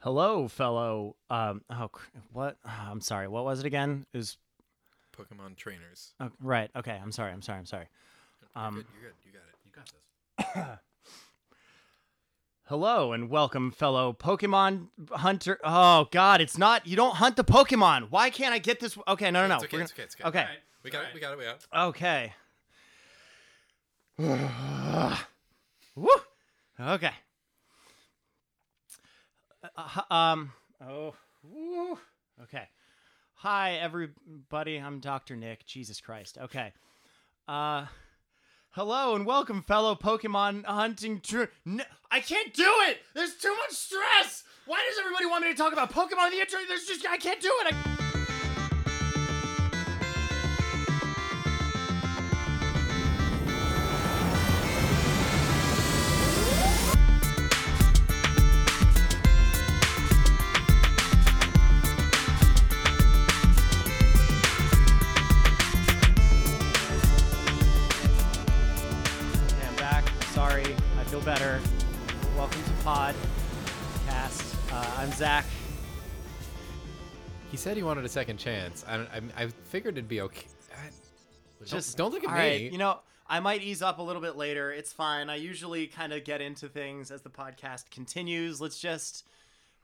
hello, fellow. Um, oh, cr- what? I'm sorry. What was it again? Is Pokemon trainers. oh, right. Okay. I'm sorry. I'm sorry. I'm sorry. You're Um, good, you're good. You got it. You got this. Hello and welcome, fellow Pokemon hunter. Oh God, it's not. You don't hunt the Pokemon. Why can't I get this? Okay, no, no, no. It's okay. We're It's gonna- okay. It's okay. okay. We got it. We got it. We got it. Okay. Woo. Okay. Uh, h- um. Oh. Woo. Okay. Hi, everybody. I'm Dr. Nick. Jesus Christ. Okay. Uh. Hello and welcome, fellow Pokemon hunting. Tr- N- I can't do it. There's too much stress. Why does everybody want me to talk about Pokemon in the intro? There's just I can't do it. I- Okay, I'm back. Sorry, I feel better. Welcome to Pod Cast. Uh, I'm Zach. He said he wanted a second chance. I I, I figured it'd be okay. I, Just don't look at all right, me. you know, I might ease up a little bit later. It's fine. I usually kind of get into things as the podcast continues. Let's just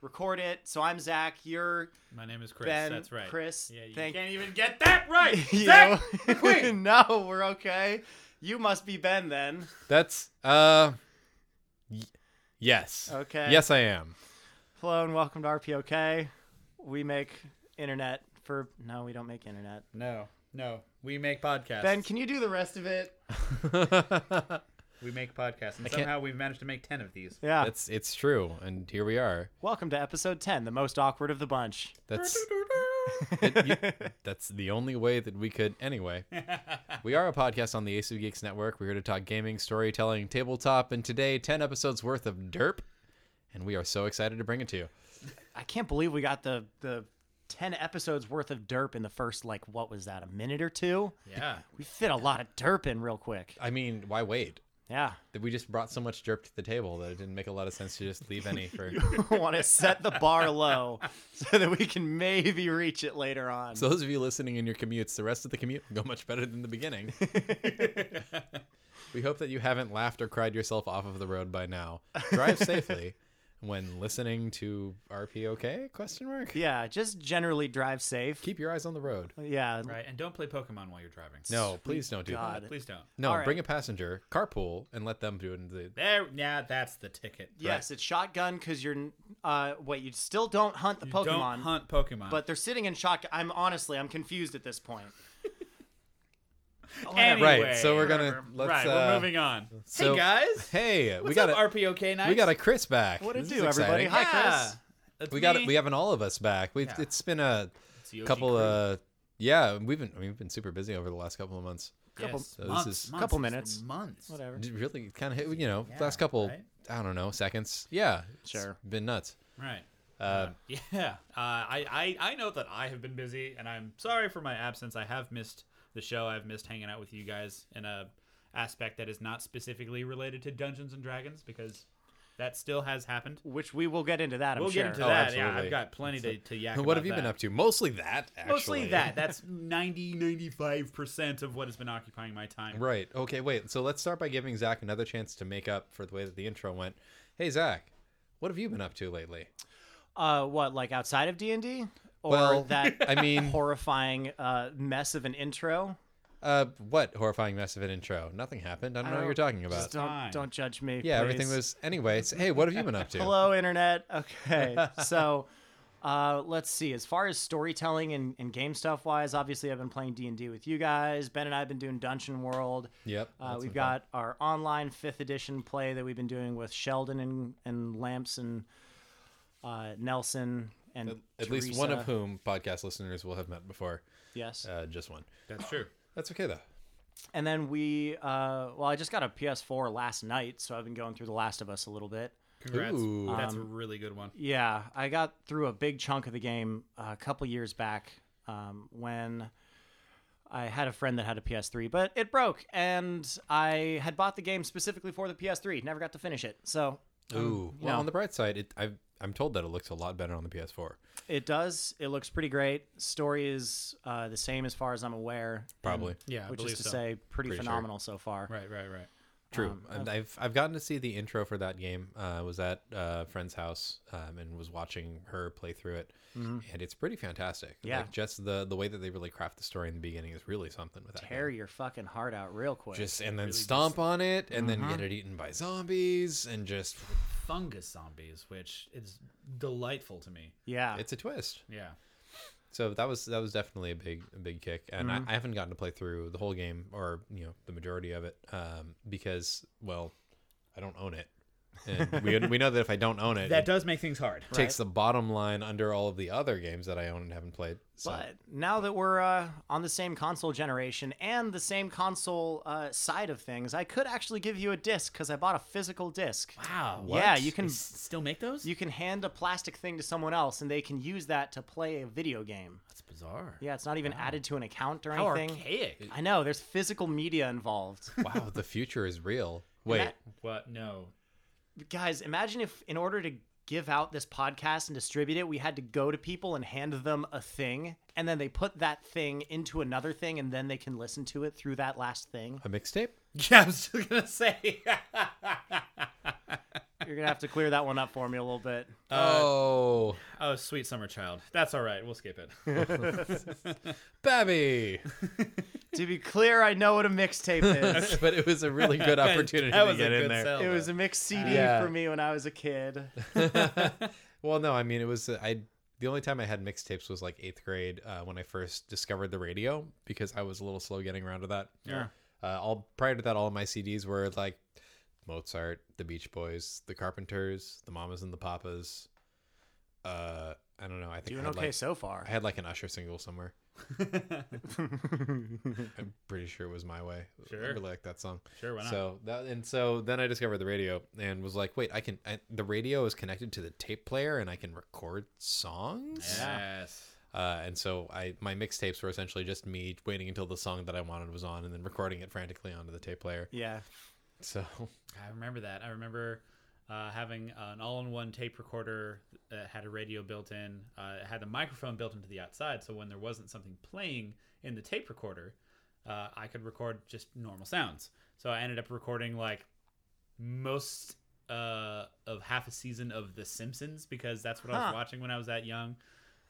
record it. So I'm Zach. You're My name is Chris. Ben. That's right. Chris. Yeah, you thank can't even get that right. you. Zach McQueen. no, we're okay. You must be Ben then. That's uh, y- yes. Okay. Yes, I am. Hello and welcome to RPOK. We make internet for no, we don't make internet. No, no. We make podcasts. Ben, can you do the rest of it? we make podcasts, and can't- somehow we've managed to make ten of these. Yeah. That's it's true, and here we are. Welcome to episode 10, the most awkward of the bunch. That's it- you- that's the only way that we could. Anyway, we are a podcast on the Ace of Geeks Network. We're here to talk gaming, storytelling, tabletop, and today ten episodes worth of derp, and we are so excited to bring it to you. I can't believe we got the the 10 episodes worth of derp in the first like what was that, a minute or two? Yeah. We fit a lot of derp in real quick. I mean, why wait? Yeah. That we just brought so much derp to the table that it didn't make a lot of sense to just leave any for. Want to set the bar low so that we can maybe reach it later on. So those of you listening in your commutes, the rest of the commute will go much better than the beginning. we hope that you haven't laughed or cried yourself off of the road by now. Drive safely when listening to RPOK? Question mark. yeah, just generally drive safe. Keep your eyes on the road. yeah. Right, and don't play Pokemon while you're driving. No, Oh, please don't do God. that. please don't. No, All right. bring a passenger, carpool, and let them do it. In the... There. Yeah, that's the ticket. Yes, it's shotgun cuz you're n- uh wait, you still don't hunt the You Pokemon. Don't hunt Pokemon. but they're sitting in shotgun. I'm honestly, I'm confused at this point. Oh, anyway, Right, so we're gonna- whatever. let's, Right, uh, we're moving on. So- hey guys, Hey, we what's got up, a RPOK night? we got a Chris back. What it This do, is everybody? exciting. Hi, yeah, Chris. that's We got me. it. We have an all of us back. We have Yeah. it's been a It's the OG couple. crew. Uh, yeah, we've been I mean, we've been super busy over the last couple of months. couple- Yes, So this months, is- months, couple it's been minutes. Months. Whatever. It Really, kind of hit. You know, Yeah, last couple. right? I don't know, seconds. Yeah, it's Sure. Been nuts. Right. Uh, Um, yeah, uh, I, I I know that I have been busy, and I'm sorry for my absence. I have missed the show. I've missed hanging out with you guys in a aspect that is not specifically related to Dungeons and Dragons because that still has happened. Which we will get into that. I'm we'll sure. get into Oh, that. Yeah, absolutely. I've got plenty to, to yak. what have you been up to? Mostly that. Actually. Mostly that. That's 90 95 percent of what has been occupying my time. Right. Okay. Wait. So let's start by giving Zach another chance to make up for the way that the intro went. Hey, Zach, what have you been up to lately? Uh, what like outside of D and D, or Well, that I mean, horrifying uh, mess of an intro? uh, what horrifying mess of an intro? Nothing happened. I don't know what you're talking Just about. don't Fine. don't judge me. Yeah, everything please. was. Anyway, so, hey, what have you been up to? hello internet. Okay, so. Uh, let's see. As far as storytelling and, and game stuff wise, obviously I've been playing D and D with you guys. Ben and I have been doing Dungeon World. Yep. Uh, that's we've been fun. got our online fifth edition play that we've been doing with Sheldon and, and Lamps and uh, Nelson and At least one of Teresa. whom podcast listeners will have met before. Yes, Uh, just one. That's true. That's okay though. and then we uh, well, I just got a PS4 last night, so I've been going through The Last of Us a little bit. Congrats. Ooh. That's a really good one. Yeah, I got through a big chunk of the game a couple years back um, when I had a friend that had a PS3, but it broke, and I had bought the game specifically for the PS3. Never got to finish it, so Ooh. Well, yeah. on the bright side, it, I I'm told that it looks a lot better on the PS4. It does. It looks pretty great. Story is uh, the same as far as I'm aware. Probably Yeah, I which believe is to so. say, pretty, Pretty sure. phenomenal so far. Right, right, right. true. And I've I've gotten to see the intro for that game. Uh, was at a friend's house um, and was watching her play through it, and it's pretty fantastic. Yeah. like just the the way that they really craft the story in the beginning is really something with that. game. Tear your fucking heart out real quick. Just and then stomp on it and then get it eaten by zombies and just Fungus zombies, which is delightful to me. yeah. it's a twist. Yeah. So that was that was definitely a big a big kick, and Mm-hmm. I, I haven't gotten to play through the whole game or you know the majority of it um, because well I don't own it, and we we know that if I don't own it, That it does make things hard. takes the bottom line under all of the other games that I own and haven't played. So but now that we're uh, on the same console generation and the same console uh, side of things, I could actually give you a disc because I bought a physical disc. Wow. Yeah, you They can s- still make those? you can hand a plastic thing to someone else and they can use that to play a video game. That's bizarre. Yeah, it's not even added to an account or How anything. archaic. I know. There's physical media involved. wow, the future is real. Wait, that- What? No. guys imagine if in order to give out this podcast and distribute it we had to go to people and hand them a thing and then they put that thing into another thing and then they can listen to it through that last thing a mixtape? Yeah, I was just gonna say. you're gonna have to clear that one up for me a little bit Uh, oh, oh, sweet summer child. That's all right. We'll skip it. Babby! to be clear i know what a mixtape is but it was a really good opportunity that to was get a in good there. sell. it was a mixed cd Yeah. for me when i was a kid Well, no, I mean it was I. The only time I had mixtapes was like eighth grade uh, when I first discovered the radio because I was a little slow getting around to that. Yeah. Uh, all prior to that, all of my CDs were like Mozart, The Beach Boys, The Carpenters, The Mamas and the Papas. Uh, I don't know. I think I doing had, okay like, so far I had like an Usher single somewhere. I'm pretty sure it was My Way. I Sure. really like that song. Sure, why not? So that and so then I discovered the radio and was like, wait, I can. I, the radio is connected to the tape player and I can record songs. yes. Uh, and so I my mixtapes were essentially just me waiting until the song that I wanted was on and then recording it frantically onto the tape player. yeah So I remember that. I remember uh, having an all-in-one tape recorder that had a radio built in. Uh, it had the microphone built into the outside, so when there wasn't something playing in the tape recorder, uh, I could record just normal sounds. So I ended up recording like most uh, of half a season of The Simpsons because that's what I Huh. was watching when I was that young.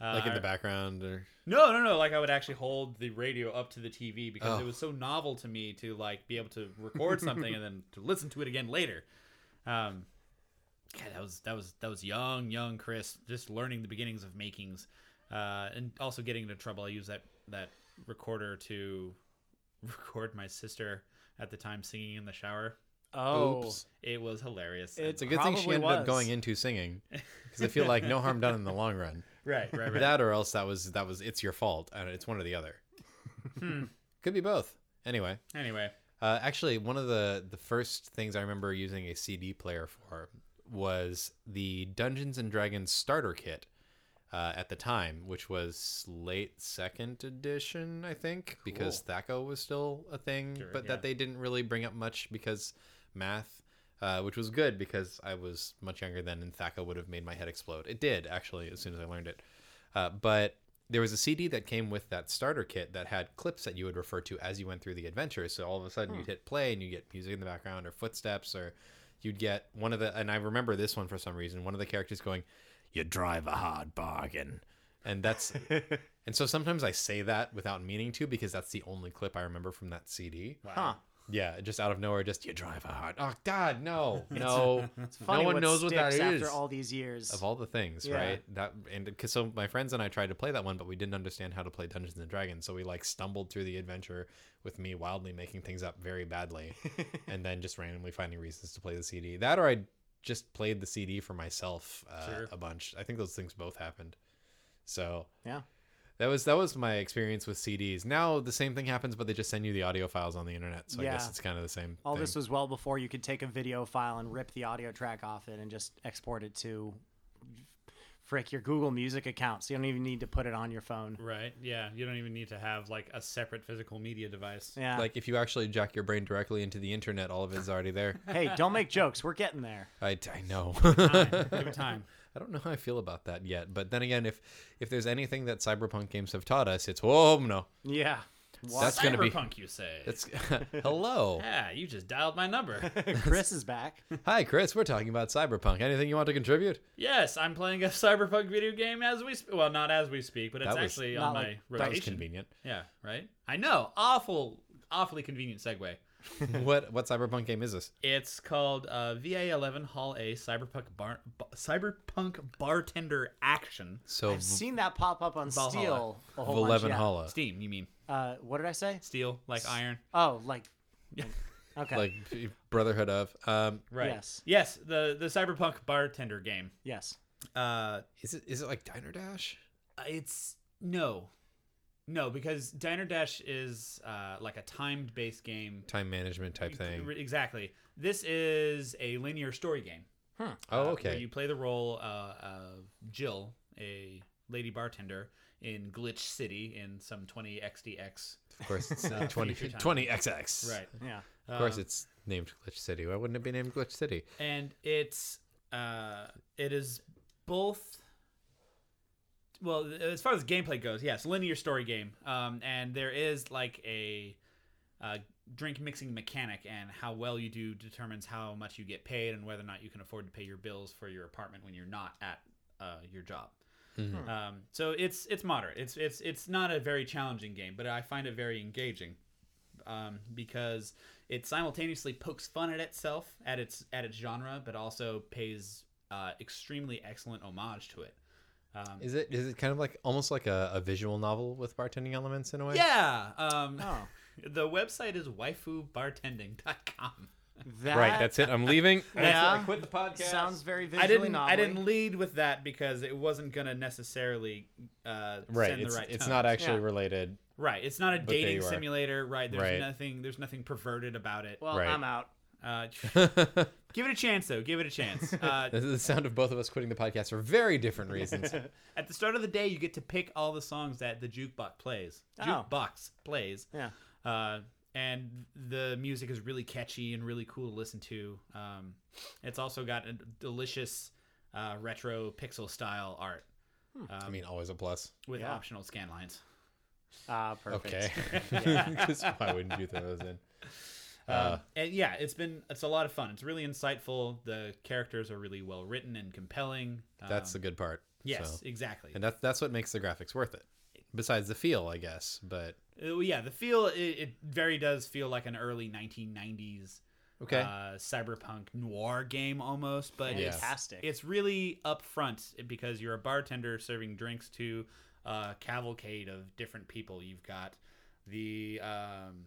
Uh, like in I- the background or no, no, no. Like I would actually hold the radio up to the TV because Oh. it was so novel to me to like be able to record something and then to listen to it again later. Um, God, that was that was that was young, young Chris, just learning the beginnings of makings, uh, and also getting into trouble. I used that that recorder to record my sister at the time singing in the shower. oh Oops. It was hilarious. It's It's a good thing she Probably ended was. up going into singing because I feel like no harm done in the long run. right, right, right. That or else that was that was it's your fault and it's one or the other. Could be both. Anyway, anyway, uh, actually, one of the the first things I remember using a CD player for was the Dungeons and Dragons starter kit uh, at the time, which was late second edition, I think, because Thaco was still a thing, Sure, but yeah. that they didn't really bring up much because math. Uh, which was good because I was much younger then, and Thaco would have made my head explode. It did actually as soon as I learned it. Uh, but there was a CD that came with that starter kit that had clips that you would refer to as you went through the adventure. So all of a sudden you'd Hmm. hit play and you get music in the background or footsteps or you'd get one of the and I remember this one for some reason, one of the characters going, You drive a hard bargain. And that's and so sometimes I say that without meaning to because that's the only clip I remember from that CD. huh Yeah, just out of nowhere, just you drive a hard. Oh God, no, no, funny no one what knows what sticks that is after all these years of all the things, Yeah. right? That and because so my friends and I tried to play that one, but we didn't understand how to play Dungeons and Dragons, so we like stumbled through the adventure with me wildly making things up very badly, and then just randomly finding reasons to play the CD. That or I just played the CD for myself uh, Sure. a bunch. I think those things both happened. So yeah that was that was my experience with CDs. Now the same thing happens, but they just send you the audio files on the internet. So I Yeah. guess it's kind of the same. all thing. this was well before you could take a video file and rip the audio track off it and just export it to frick your Google Music account. So you don't even need to put it on your phone. right, yeah. You don't even need to have like a separate physical media device. Yeah. like if you actually jack your brain directly into the internet, all of it's already there. hey, don't make jokes. We're getting there. I, I know. Give it time. I don't know how I feel about that yet. But then again, if if there's anything that cyberpunk games have taught us, it's whoa no. Yeah. That's gonna be- Cyberpunk, you say? That's hello. yeah, you just dialed my number. Chris is back. Hi Chris, we're talking about cyberpunk. Anything you want to contribute? yes, I'm playing a cyberpunk video game as we sp- well, not as we speak, but it's That was- actually Not on my like- That rotation. was convenient. Yeah, right. I know. Awful, awfully convenient segue. what what cyberpunk game is this? It's called uh, VA11 Hall A Cyberpunk Bar- Ba- Cyberpunk Bartender Action. So I've seen that pop up on Valhalla. Steel a whole bunch. Eleven yeah. Hollow, Steam, you mean? Uh, what did I say? Steel, like iron. Oh, like. Okay. like Brotherhood of. Um, Right. Yes. Yes. The the Cyberpunk Bartender game. yes. Uh, is it is it like Diner Dash? it's no, no, because Diner Dash is uh like a timed based game. Time management type thing. Exactly. This is a linear story game. Oh, uh, okay. Where you play the role uh, of Jill, a lady bartender in Glitch City in some 20XDX. Of course, it's Uh, 20, future time. 20XX. Yeah. Of course, it's named Glitch City. Why wouldn't it be named Glitch City? and it's uh, it is both. Well, as far as gameplay goes, yes, linear story game. Um, and there is like a uh, drink mixing mechanic, and how well you do determines how much you get paid and whether or not you can afford to pay your bills for your apartment when you're not at uh, your job. Um, so it's it's moderate. It's it's it's not a very challenging game, but I find it very engaging um, because it simultaneously pokes fun at itself at its at its genre, but also pays uh, extremely excellent homage to it. Um, Is it is it kind of like almost like a, a visual novel with bartending elements in a way? yeah. Um, Oh. The website is waifubartending.com. That Right. That's it. I'm leaving. Yeah. quit the podcast. sounds very visually I didn't. novel. I didn't lead with that because it wasn't gonna necessarily uh, Right. Send It's, the right it's tone. not actually Yeah. related. right. It's not a there dating you are. simulator. Right. There's Right. nothing. There's nothing perverted about it. Well, Right. I'm out. Uh, the give it a chance, though. Give it a chance. Uh, the sound of both of us quitting the podcast for very different reasons. at the start of the day, you get to pick all the songs that the jukebox plays. Oh. Jukebox plays. Yeah. Uh, and the music is really catchy and really cool to listen to. Um, it's also got a delicious uh, retro pixel style art I mean, always a plus. with Yeah. optional scan lines. Ah, perfect. Okay. Because why wouldn't you throw those in? Uh, Um, and yeah, it's been it's a lot of fun. It's really insightful. The characters are really well written and compelling. that's the Um, good part. yes, So- exactly. and that's that's what makes the graphics worth it. Besides the feel, I guess. But Uh, well, yeah, the feel it, it very does feel like an early 1990s okay. uh, cyberpunk noir game almost, but it's- Fantastic. it's really upfront because you're a bartender serving drinks to a cavalcade of different people. You've got the um,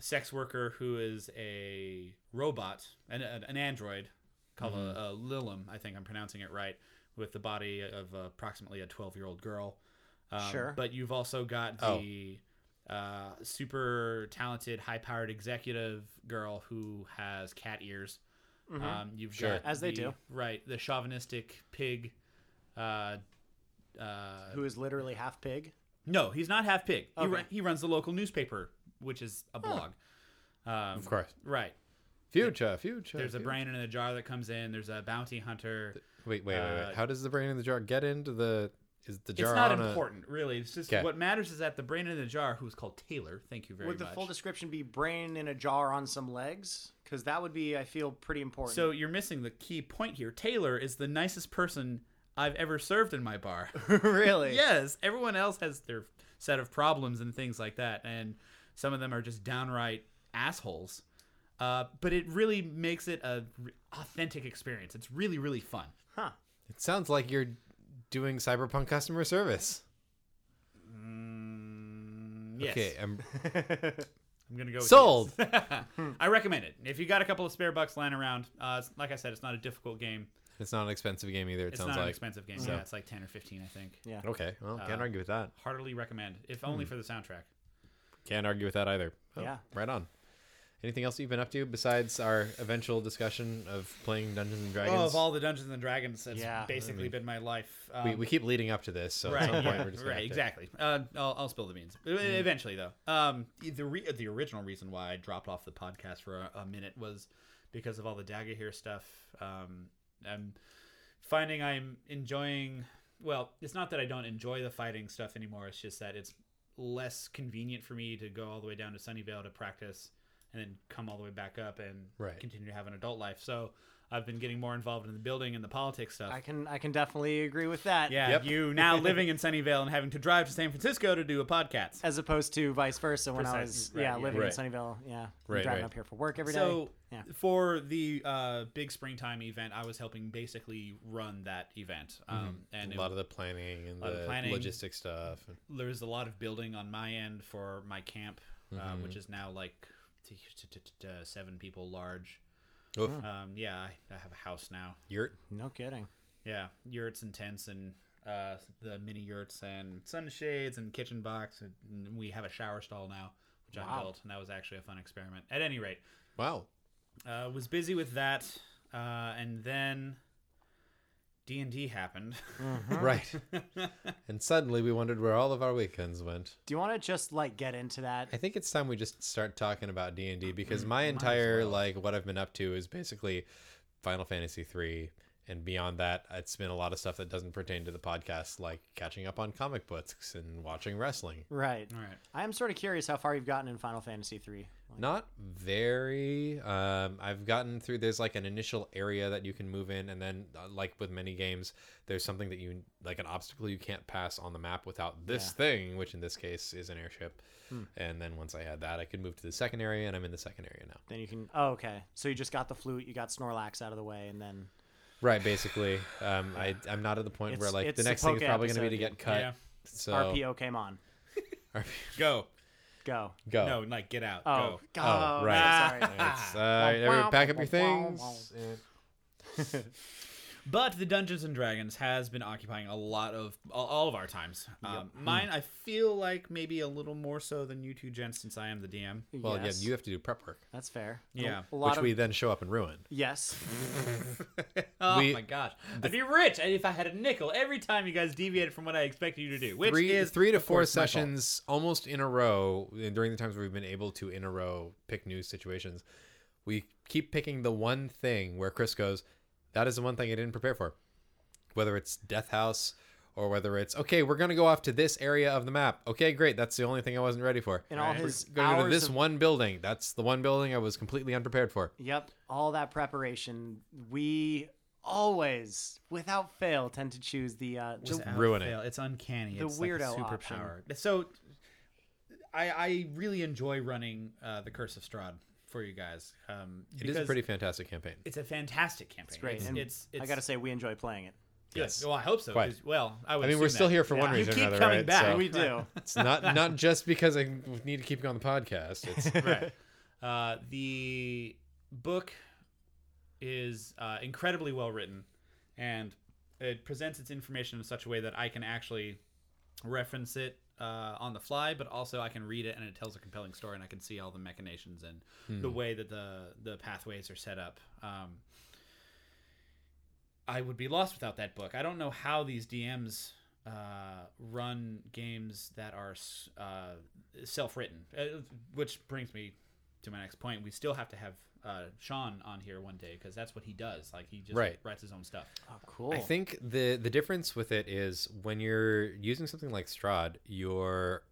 sex worker who is a robot, an, an an android called Mm-hmm. a, a Lilum, I think I'm pronouncing it right, with the body of approximately a 12 year old girl. Um, Sure. Oh. But you've also got the uh, super talented, high powered executive girl who has cat ears. Um, you've Mm-hmm. Sure. got As they the- do. right the chauvinistic pig. Uh, uh, Who is literally half pig? no, he's not half pig. He, Okay. ru- he runs the local newspaper, which is a blog. Um, of course. right. Future, future. There's a future. brain in a jar that comes in. There's a bounty hunter. Wait, wait, wait, wait. Uh, How does the brain in the jar get into the? Is the jar it's not on a- important, really. It's just Okay. what matters is that the brain in the jar, who's called Taylor. Thank you very Would the much. full description be brain in a jar on some legs? Because that would be, I feel, pretty important. so you're missing the key point here. Taylor is the nicest person I've ever served in my bar. really, yes, everyone else has their set of problems and things like that, and some of them are just downright assholes. Uh, but it really makes it a r- authentic experience. It's really really fun. Huh. It sounds like you're doing cyberpunk customer service. Mm, Yes, Okay, um, I'm I'm gonna go with sold. yes. I recommend it if you got a couple of spare bucks lying around. Uh, it's- like I said, it's not a difficult game. it's not an expensive game either. It It's sounds not an uh, like. expensive game. Yeah, it's like ten or fifteen, I think. Yeah. Okay, well, can't argue with that. Heartily recommend, if Hmm. only for the soundtrack. Can't argue with that either. Oh, Yeah. right on. Anything else you've been up to besides our eventual discussion of playing Dungeons and Dragons? Hmm. Oh, of all the Dungeons and Dragons, that's Yeah. basically been my life. Um, we, we keep leading up to this, so right, at some point yeah, we're just gonna right, have to- Hmm. exactly. Uh, I'll, I'll spill the beans E- eventually, though. Um, the re- the original reason why I dropped off the podcast for a, a minute was because of all the Dagger here stuff. Um, I'm finding I'm enjoying. Well, it's not that I don't enjoy the fighting stuff anymore. It's just that it's less convenient for me to go all the way down to Sunnyvale to practice and then come all the way back up and Right. continue to have an adult life. So I've been getting more involved in the building and the politics stuff. I can I can definitely agree with that. yeah, Yep. you now living in Sunnyvale and having to drive to San Francisco to do a podcast. As opposed to vice versa when I was Precisely, right, yeah, yeah. living Right. in Sunnyvale, yeah. Right, driving right. up here for work every day. so yeah. for the uh, big springtime event, I was helping basically run that event, um, Mm-hmm. and a it- lot of the planning and lot of the planning. logistic stuff. and- there was a lot of building on my end for my camp, uh, Mm-hmm. which is now like t- t- t- t- uh, seven people large. Oof, Um, yeah, I, I have a house now. yurt. No kidding. Yeah, yurts and tents and uh, the mini yurts and sunshades and kitchen box, and and we have a shower stall now, which I Wow. built, and that was actually a fun experiment. At any rate, Wow. uh, was busy with that, uh, and then D and D happened. Mm. Right. and suddenly we wondered where all of our weekends went. Do you want to just like get into that? I think it's time we just start talking about D and D because my entire like what I've been up to is basically Final Fantasy three, and beyond that, it's been a lot of stuff that doesn't pertain to the podcast, like catching up on comic books and watching wrestling. Right. All right. I am sort of curious how far you've gotten in Final Fantasy 3. Not very. Um, I've gotten through. There's like an initial area that you can move in, and then uh, like with many games, there's something that you like an obstacle you can't pass on the map without this thing, which in this case is an airship. And then once I had that, I could move to the second area, and I'm in the second area now. Then you can Oh, okay. So you just got the flute, you got Snorlax out of the way and then Right, basically. Um, I I'm not at the point where It's- like the it's a next thing is poke probably going to be episode, to get dude. cut. Yeah. So RPO came on. Go. Go. go. No, like get out. Oh, Go. God. Oh, right. Sorry. Ah. It's, uh, everyone pack up your things. But the Dungeons and Dragons has been occupying a lot of all- all of our times. Um, Mine, I feel like maybe a little more so than you two gents, since I am the DM. Well, Yes. yeah, you have to do prep work, That's fair. Yeah. A, a lot which of we then show up and ruin. Yes. Oh We- my gosh, I'd be rich if I had a nickel every time you guys deviated from what I expected you to do, which Three is three to of four course, my fault. sessions almost in a row and during the times where we've been able to in a row pick new situations. We keep picking the one thing where Chris goes, "That is the one thing I didn't prepare for." Whether it's Death House or whether it's okay, we're gonna go off to this area of the map. Okay, great, that's the only thing I wasn't ready for. And all Right. his going to go to hours this of- one building. That's the one building I was completely unprepared for. Yep, all that preparation. We always, without fail, tend to choose the uh, the- Without ruin it. fail. It's uncanny. The it's like a weirdo option. superpower. So, I I really enjoy running uh, the Curse of Strahd for you guys. Um, It is a because pretty fantastic campaign. It's a fantastic campaign. It's great, It's, and it's, I gotta say, we enjoy playing it. yes. Well, I hope so. Quite. 'cause- Well, I would. I mean, we're assume still that. here for one Yeah. You reason keep or another, coming right? back. So we do. it's not not just because I need to keep you on the podcast. It's right. Uh, the book is uh, incredibly well written, and it presents its information in such a way that I can actually reference it uh, on the fly, but also I can read it and it tells a compelling story, and I can see all the machinations and the way that the the pathways are set up. Um, I would be lost without that book. I don't know how these DMs uh, run games that are s- uh, self-written, uh, which brings me to my next point. We still have to have uh, Sean on here one day because that's what he does. Like he just Right. writes his own stuff. Oh, cool. I think the the difference with it is when you're using something like Strahd, you're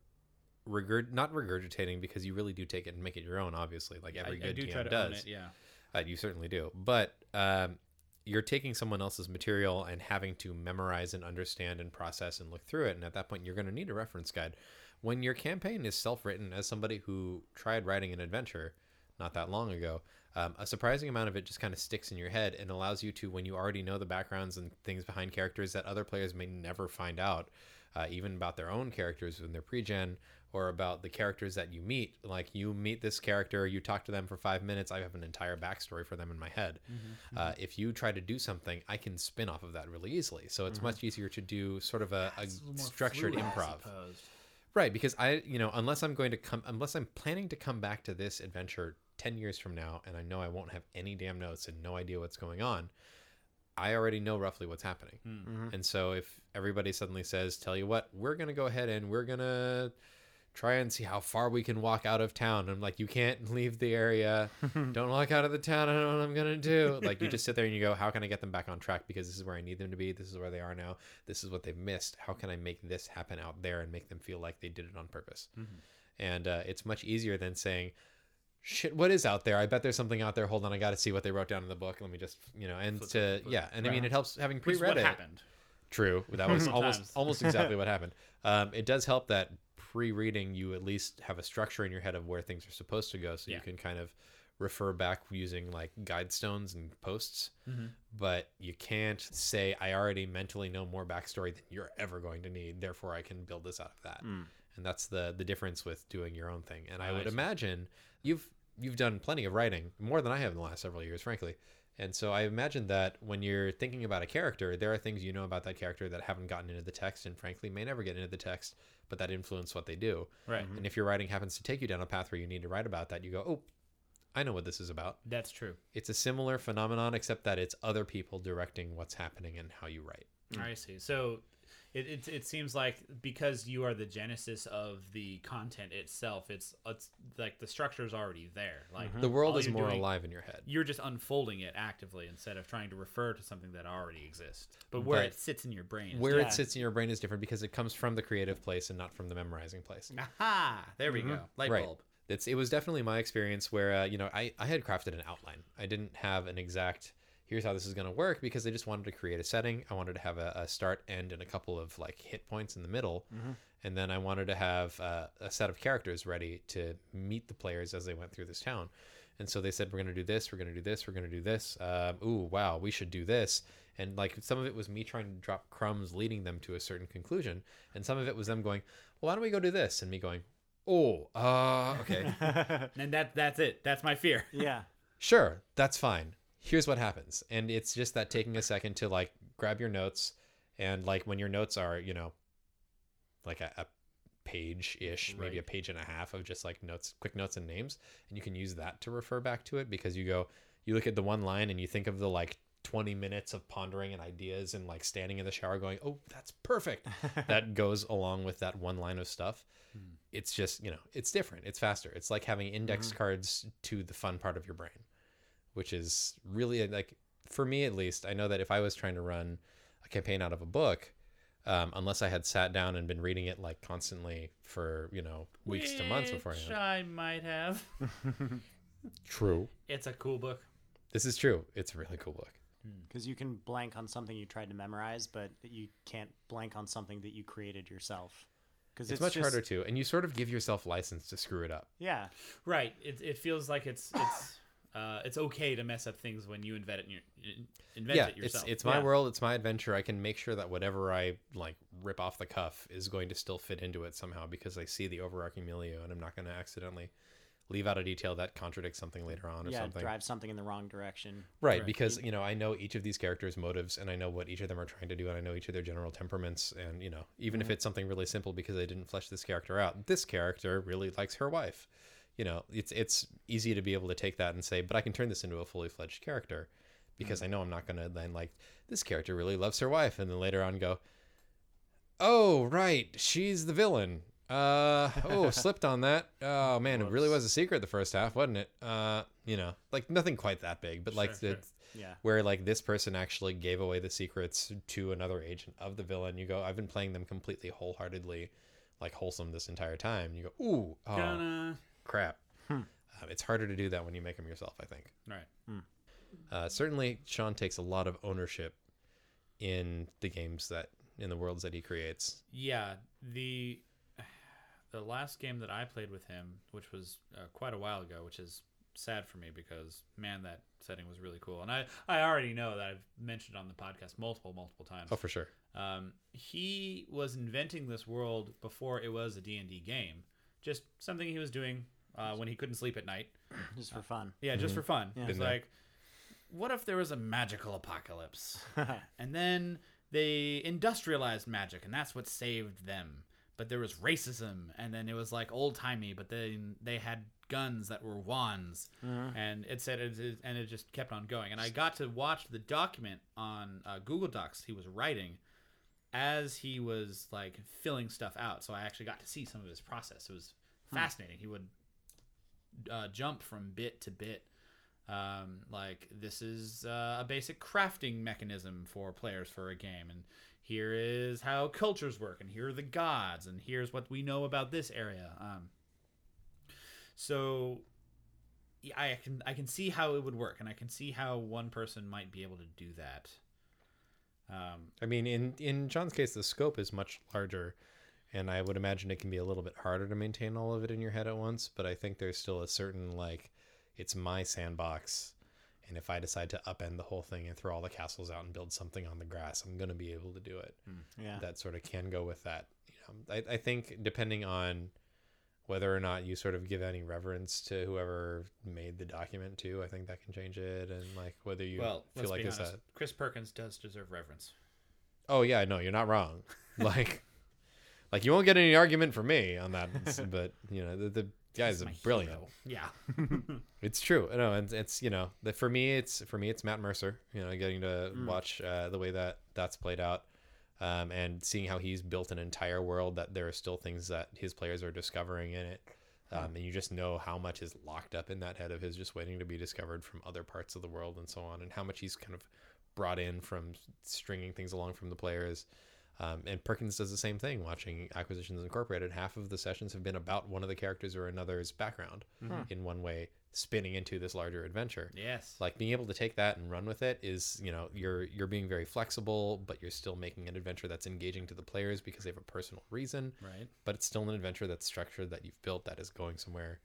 regurg- not regurgitating because you really do take it and make it your own. Obviously, like every I, I good do DM try to does. own it. Yeah. Uh, you certainly do, but um, you're taking someone else's material and having to memorize and understand and process and look through it. And at that point, you're going to need a reference guide. When your campaign is self-written, as somebody who tried writing an adventure not that long ago, um, a surprising amount of it just kind of sticks in your head and allows you to, when you already know the backgrounds and things behind characters that other players may never find out, uh, even about their own characters when they're pre-gen or about the characters that you meet like you meet this character you talk to them for five minutes i have an entire backstory for them in my head uh, if you try to do something i can spin off of that really easily so it's much easier to do sort of a, a structured improv Right, because I, you know, unless I'm going to come, unless I'm planning to come back to this adventure 10 years from now and I know I won't have any damn notes and no idea what's going on, I already know roughly what's happening. Mm-hmm. And so if everybody suddenly says, tell you what, we're going to go ahead and we're going to try and see how far we can walk out of town. I'm like, you can't leave the area. Mm-hmm. Don't walk out of the town. I don't know what I'm gonna do. Like you just sit there and you go, how can I get them back on track? Because this is where I need them to be. This is where they are now. This is what they've missed. How can I make this happen out there and make them feel like they did it on purpose? Mm-hmm. And uh, it's much easier than saying, shit, what is out there? I bet there's something out there. Hold on, I got to see what they wrote down in the book. Let me just, you know, and to yeah, and I mean, it helps having Which is pre-read what it. happened. True. That was almost Sometimes. almost exactly what happened. Um, it does help that pre-reading you at least have a structure in your head of where things are supposed to go, so Yeah. you can kind of refer back using like guide stones and posts. Mm-hmm. But you can't say I already mentally know more backstory than you're ever going to need. Therefore, I can build this out of that. And that's the the difference with doing your own thing. And I I would see. imagine you've you've done plenty of writing, more than I have in the last several years, frankly. And so I imagine that when you're thinking about a character, there are things you know about that character that haven't gotten into the text and frankly may never get into the text, but that influence what they do. Right. And if your writing happens to take you down a path where you need to write about that, you go, "Oh, I know what this is about." That's true. It's a similar phenomenon except that it's other people directing what's happening and how you write. I see. So it, it it seems like because you are the genesis of the content itself, it's it's like the structure's already there. Like The world all is you're more doing- alive in your head. You're just unfolding it actively instead of trying to refer to something that already exists. But where But it sits in your brain. is Where different. it sits in your brain is different because it comes from the creative place and not from the memorizing place. Aha! There we go. Light Mm-hmm. right. bulb. It's it was definitely my experience where uh, you know I I had crafted an outline. I didn't have an exact here's how this is going to work because I just wanted to create a setting. I wanted to have a, a start, end, and a couple of like hit points in the middle, and then I wanted to have uh, a set of characters ready to meet the players as they went through this town. And so they said, we're going to do this, we're going to do this, we're going to do this. Um, ooh, wow, we should do this. And like some of it was me trying to drop crumbs, leading them to a certain conclusion. And some of it was them going, well, why don't we go do this? And me going, oh, uh, okay, And that that's it. That's my fear. yeah. sure, that's fine. Here's what happens. And it's just that taking a second to like grab your notes. And like when your notes are, you know, like a, a page ish, maybe a page and a half of just like notes, quick notes and names. And you can use that to refer back to it because you go, you look at the one line and you think of the like 20 minutes of pondering and ideas and like standing in the shower going, oh, that's perfect. that goes along with that one line of stuff. It's just, you know, it's different. It's faster. It's like having index Mm-hmm. cards to the fun part of your brain, which is really uh, like, for me at least, I know that if I was trying to run a campaign out of a book, um, unless I had sat down and been reading it like constantly for you know weeks to months beforehand. Which I might have. True. It's a cool book. This is true. It's a really cool book. Because you can blank on something you tried to memorize, but you can't blank on something that you created yourself. Because It's, much harder to, and you sort of give yourself license to screw it up. Yeah. Right. It, it feels like it's it's uh, it's okay to mess up things when you invent it in your, in- invent yeah, it yourself. it's it's my Yeah. world. It's my adventure. I can make sure that whatever I like rip off the cuff is going to still fit into it somehow because I see the overarching milieu, and I'm not going to accidentally leave out a detail that contradicts something later on or yeah. something. Drive something in the wrong direction. Right, Correct. because you know I know each of these characters' motives, and I know what each of them are trying to do, and I know each of their general temperaments, and you know even if it's something really simple because I didn't flesh this character out, this character really likes her wife. You know, it's it's easy to be able to take that and say, but I can turn this into a fully fledged character, because I know I'm not gonna then like this character really loves her wife, and then later on go, oh right, she's the villain. Uh oh, slipped on that. Oh man, it really was a secret the first half, wasn't it? Uh, you know, like nothing quite that big, but like Sure, sure. it's Yeah. where like this person actually gave away the secrets to another agent of the villain. You go, I've been playing them completely wholeheartedly, like wholesome this entire time. You go, ooh, oh, Gonna- crap. Um, it's harder to do that when you make them yourself, I think. Right. Uh, certainly, Sean takes a lot of ownership in the games that in the worlds that he creates. Yeah, the the last game that I played with him, which was uh, quite a while ago, which is sad for me because man, that setting was really cool, and I I already know that I've mentioned on the podcast multiple multiple times. Oh, for sure. Um, he was inventing this world before it was a D and D game, just something he was doing uh, when he couldn't sleep at night. Just for fun. Yeah, just for fun. Yeah. It's Been there. like, what if there was a magical apocalypse? and then they industrialized magic, and that's what saved them. But there was racism, and then it was like old timey. But then they had guns that were wands, Mm-hmm. and it said, it, it- and it just kept on going. And I got to watch the document on uh, Google Docs he was writing, as he was like filling stuff out. So I actually got to see some of his process. It was fascinating. He would uh, jump from bit to bit. Um, like this is uh, a basic crafting mechanism for players for a game, and here is how cultures work, and here are the gods, and here's what we know about this area. Um, so yeah, I can I can see how it would work, and I can see how one person might be able to do that. Um, I mean, in in John's case, the scope is much larger, and I would imagine it can be a little bit harder to maintain all of it in your head at once. But I think there's still a certain like, it's my sandbox, and if I decide to upend the whole thing and throw all the castles out and build something on the grass, I'm gonna be able to do it. Yeah. That sort of can go with that. You know, I, I think depending on whether or not you sort of give any reverence to whoever made the document too, I think that can change it, and like whether you well, feel let's like be there's honest. a Chris Perkins does deserve reverence. Oh yeah, no, you're not wrong. Like, like you won't get any argument from me on that. But you know, the, the guy's a My brilliant. hero. Yeah. It's true. No, and it's you know, the, for me, it's for me, it's Matt Mercer. You know, getting to Mm. watch uh, the way that that's played out, um, and seeing how he's built an entire world that there are still things that his players are discovering in it. Um, and you just know how much is locked up in that head of his, just waiting to be discovered from other parts of the world and so on, and how much he's kind of brought in from stringing things along from the players. Um, and Perkins does the same thing. Watching Acquisitions Incorporated, half of the sessions have been about one of the characters or another's background in one way, spinning into this larger adventure. Yes. Like being able to take that and run with it is, you know, you're you're being very flexible, but you're still making an adventure that's engaging to the players because they have a personal reason. right. But it's still an adventure that's structured that you've built that is going somewhere.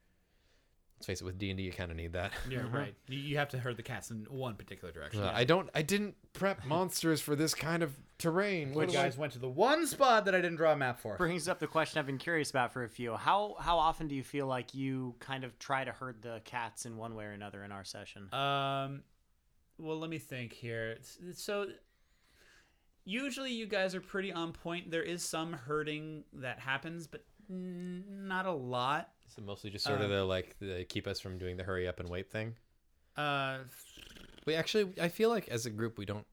Let's face it, with D and D, you kind of need that. Yeah. Right. You, you have to herd the cats in one particular direction. Uh-huh. Uh, I don't. I didn't prep monsters for this kind of terrain. What Which do I- guys went to the one spot that I didn't draw a map for. brings up the question I've been curious about for a few. How how often do you feel like you kind of try to herd the cats in one way or another in our session? Uh, Um, well, let me think here. S- So, usually you guys are pretty on point. There is some hurting that happens, but n- not a lot. So mostly just sort of the like the keep us from doing the hurry up and wait thing. Uh, We actually, I feel like as a group, we don't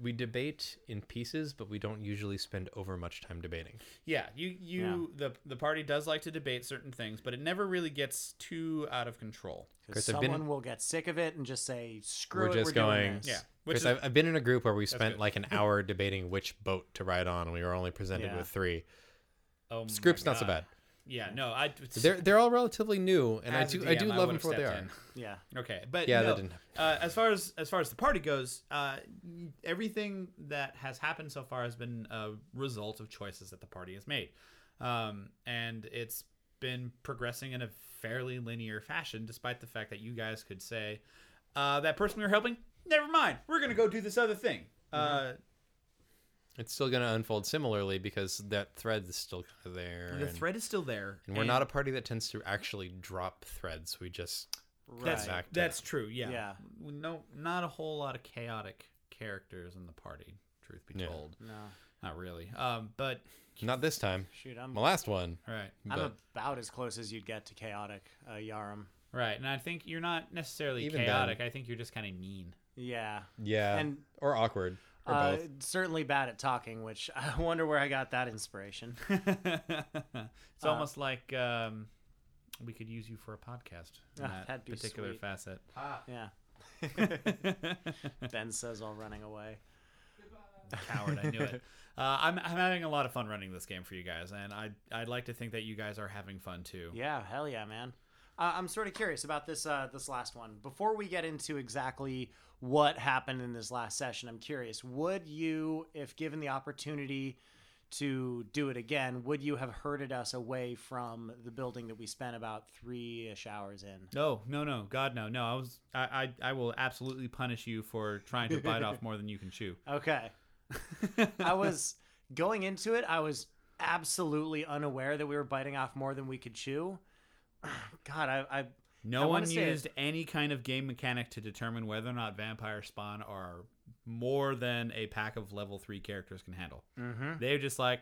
we debate in pieces, but we don't usually spend over much time debating. yeah, you you the the party does like to debate certain things, but it never really gets too out of control. Because Chris, I've someone been- will get sick of it and just say, "Screw we're it, just we're going. doing this." Yeah. which Chris, is- I've, I've been in a group where we spent good. like an hour debating which boat to ride on, and we were only presented Yeah. with three. Oh, This my group's not so God. bad. Yeah, no, I They're they're all relatively new, and as I a do I do DM, love them would've for what they stepped are. in. Yeah. Okay, but Yeah, yeah, that didn't happen. Uh, as far as as far as the party goes, uh, everything that has happened so far has been a result of choices that the party has made, um, and it's been progressing in a fairly linear fashion, despite the fact that you guys could say uh, that person we were helping, never mind, we're gonna go do this other thing. Mm-hmm. Uh, It's still going to unfold similarly because that thread is still kind of there. the and- thread is still there, And we're not a party that tends to actually drop threads. We just Right. That's back to- that's true. Yeah. Yeah. No, not a whole lot of chaotic characters in the party. Truth be Yeah. told, no. not really. Um, but not this time. Shoot, I'm My last one. all right, I'm But about as close as you'd get to chaotic, uh, Yarum. right, and I think you're not necessarily Even chaotic. I think you're just kind of mean. Yeah. yeah, and- or awkward or Uh, both. certainly bad at talking, which I wonder where I got that inspiration. Uh, it's almost like um, we could use you for a podcast. In Ah, that that'd be particular sweet. facet. Yeah. ben says while running away. Coward, I knew it. Uh, I'm, I'm having a lot of fun running this game for you guys, and I I'd like to think that you guys are having fun too. Yeah, hell yeah, man. Uh, I'm sort of curious about this uh, this last one. Before we get into exactly what happened in this last session, I'm curious: would you, if given the opportunity to do it again, would you have herded us away from the building that we spent about three ish hours in? No, Oh, no, no, God, no, no. I was, I, I, I will absolutely punish you for trying to bite off more than you can chew. Okay. I was going into it, I was absolutely unaware that we were biting off more than we could chew. God, I, I I No wanna one say it- used any kind of game mechanic to determine whether or not vampire spawn are more than a pack of level three characters can handle. Mm-hmm. They're just like,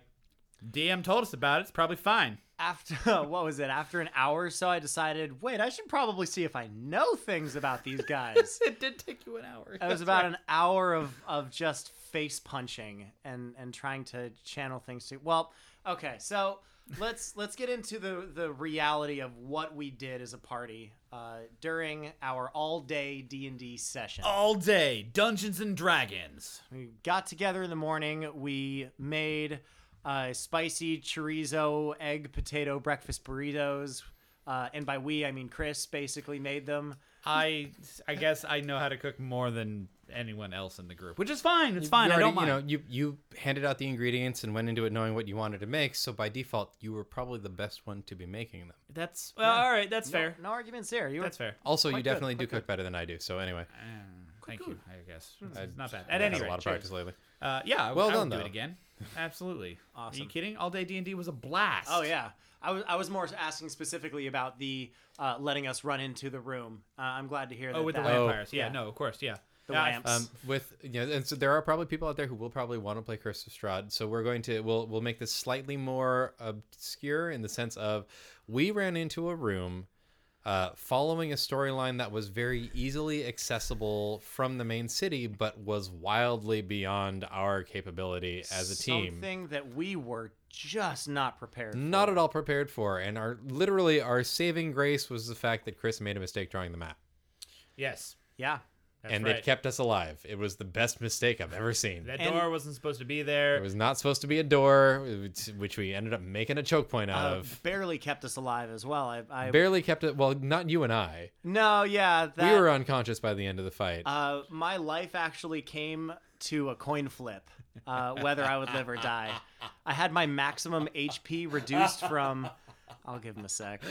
DM told us about it. It's probably fine. after what was it after an hour or so i decided wait i should probably see if i know things about these guys It did take you an hour. it was about an hour of of just face punching and and trying to channel things to well okay so let's let's get into the the reality of what we did as a party uh during our all day d&d session All day, Dungeons and Dragons. we got together in the morning we made uh spicy chorizo egg potato breakfast burritos uh, and by we i mean chris basically made them I I guess I know how to cook more than anyone else in the group, which is fine. It's fine. You I already- don't mind. You know, you you handed out the ingredients and went into it knowing what you wanted to make, so by default, you were probably the best one to be making them. that's well, all right. That's fair. no, no arguments there you were- That's fair. Also, you Quite good, definitely do quite cook better than I do. So anyway, Mm. Thank you. I guess I- it's not bad. I've At had any a lot rate, of practice cheers. lately. Uh, yeah, Well well I done, would do though. it again. Absolutely. Are Awesome. you kidding? All day D and D was a blast. Oh yeah, I was I was more asking specifically about the uh, letting us run into the room. Uh, I'm glad to hear. That Oh, with the that, lamp. vampires. Yeah, yeah. No, of course. Yeah. Uh, The Yeah, I- lamps. Um, with you know, and so there are probably people out there who will probably want to play Curse of Strahd. So we're going to we'll we'll make this slightly more obscure in the sense of we ran into a room uh, following a storyline that was very easily accessible from the main city, but was wildly beyond our capability as a team. something that we were just not prepared. Not at all prepared for, and our literally our saving grace was the fact that Chris made a mistake drawing the map, Yes. Yeah, That's and right. it kept us alive. It was the best mistake I've ever seen. that And- door wasn't supposed to be There there. was not supposed to be a door, which- which we ended up making a choke point out uh, of. barely kept us alive as well. I, I Barely kept it. Well, not you and I. no, yeah, that we were unconscious by the end of the fight. uh, my life actually came to a coin flip, uh, whether I would live or die. I had my maximum HP reduced from. I'll give him a sec.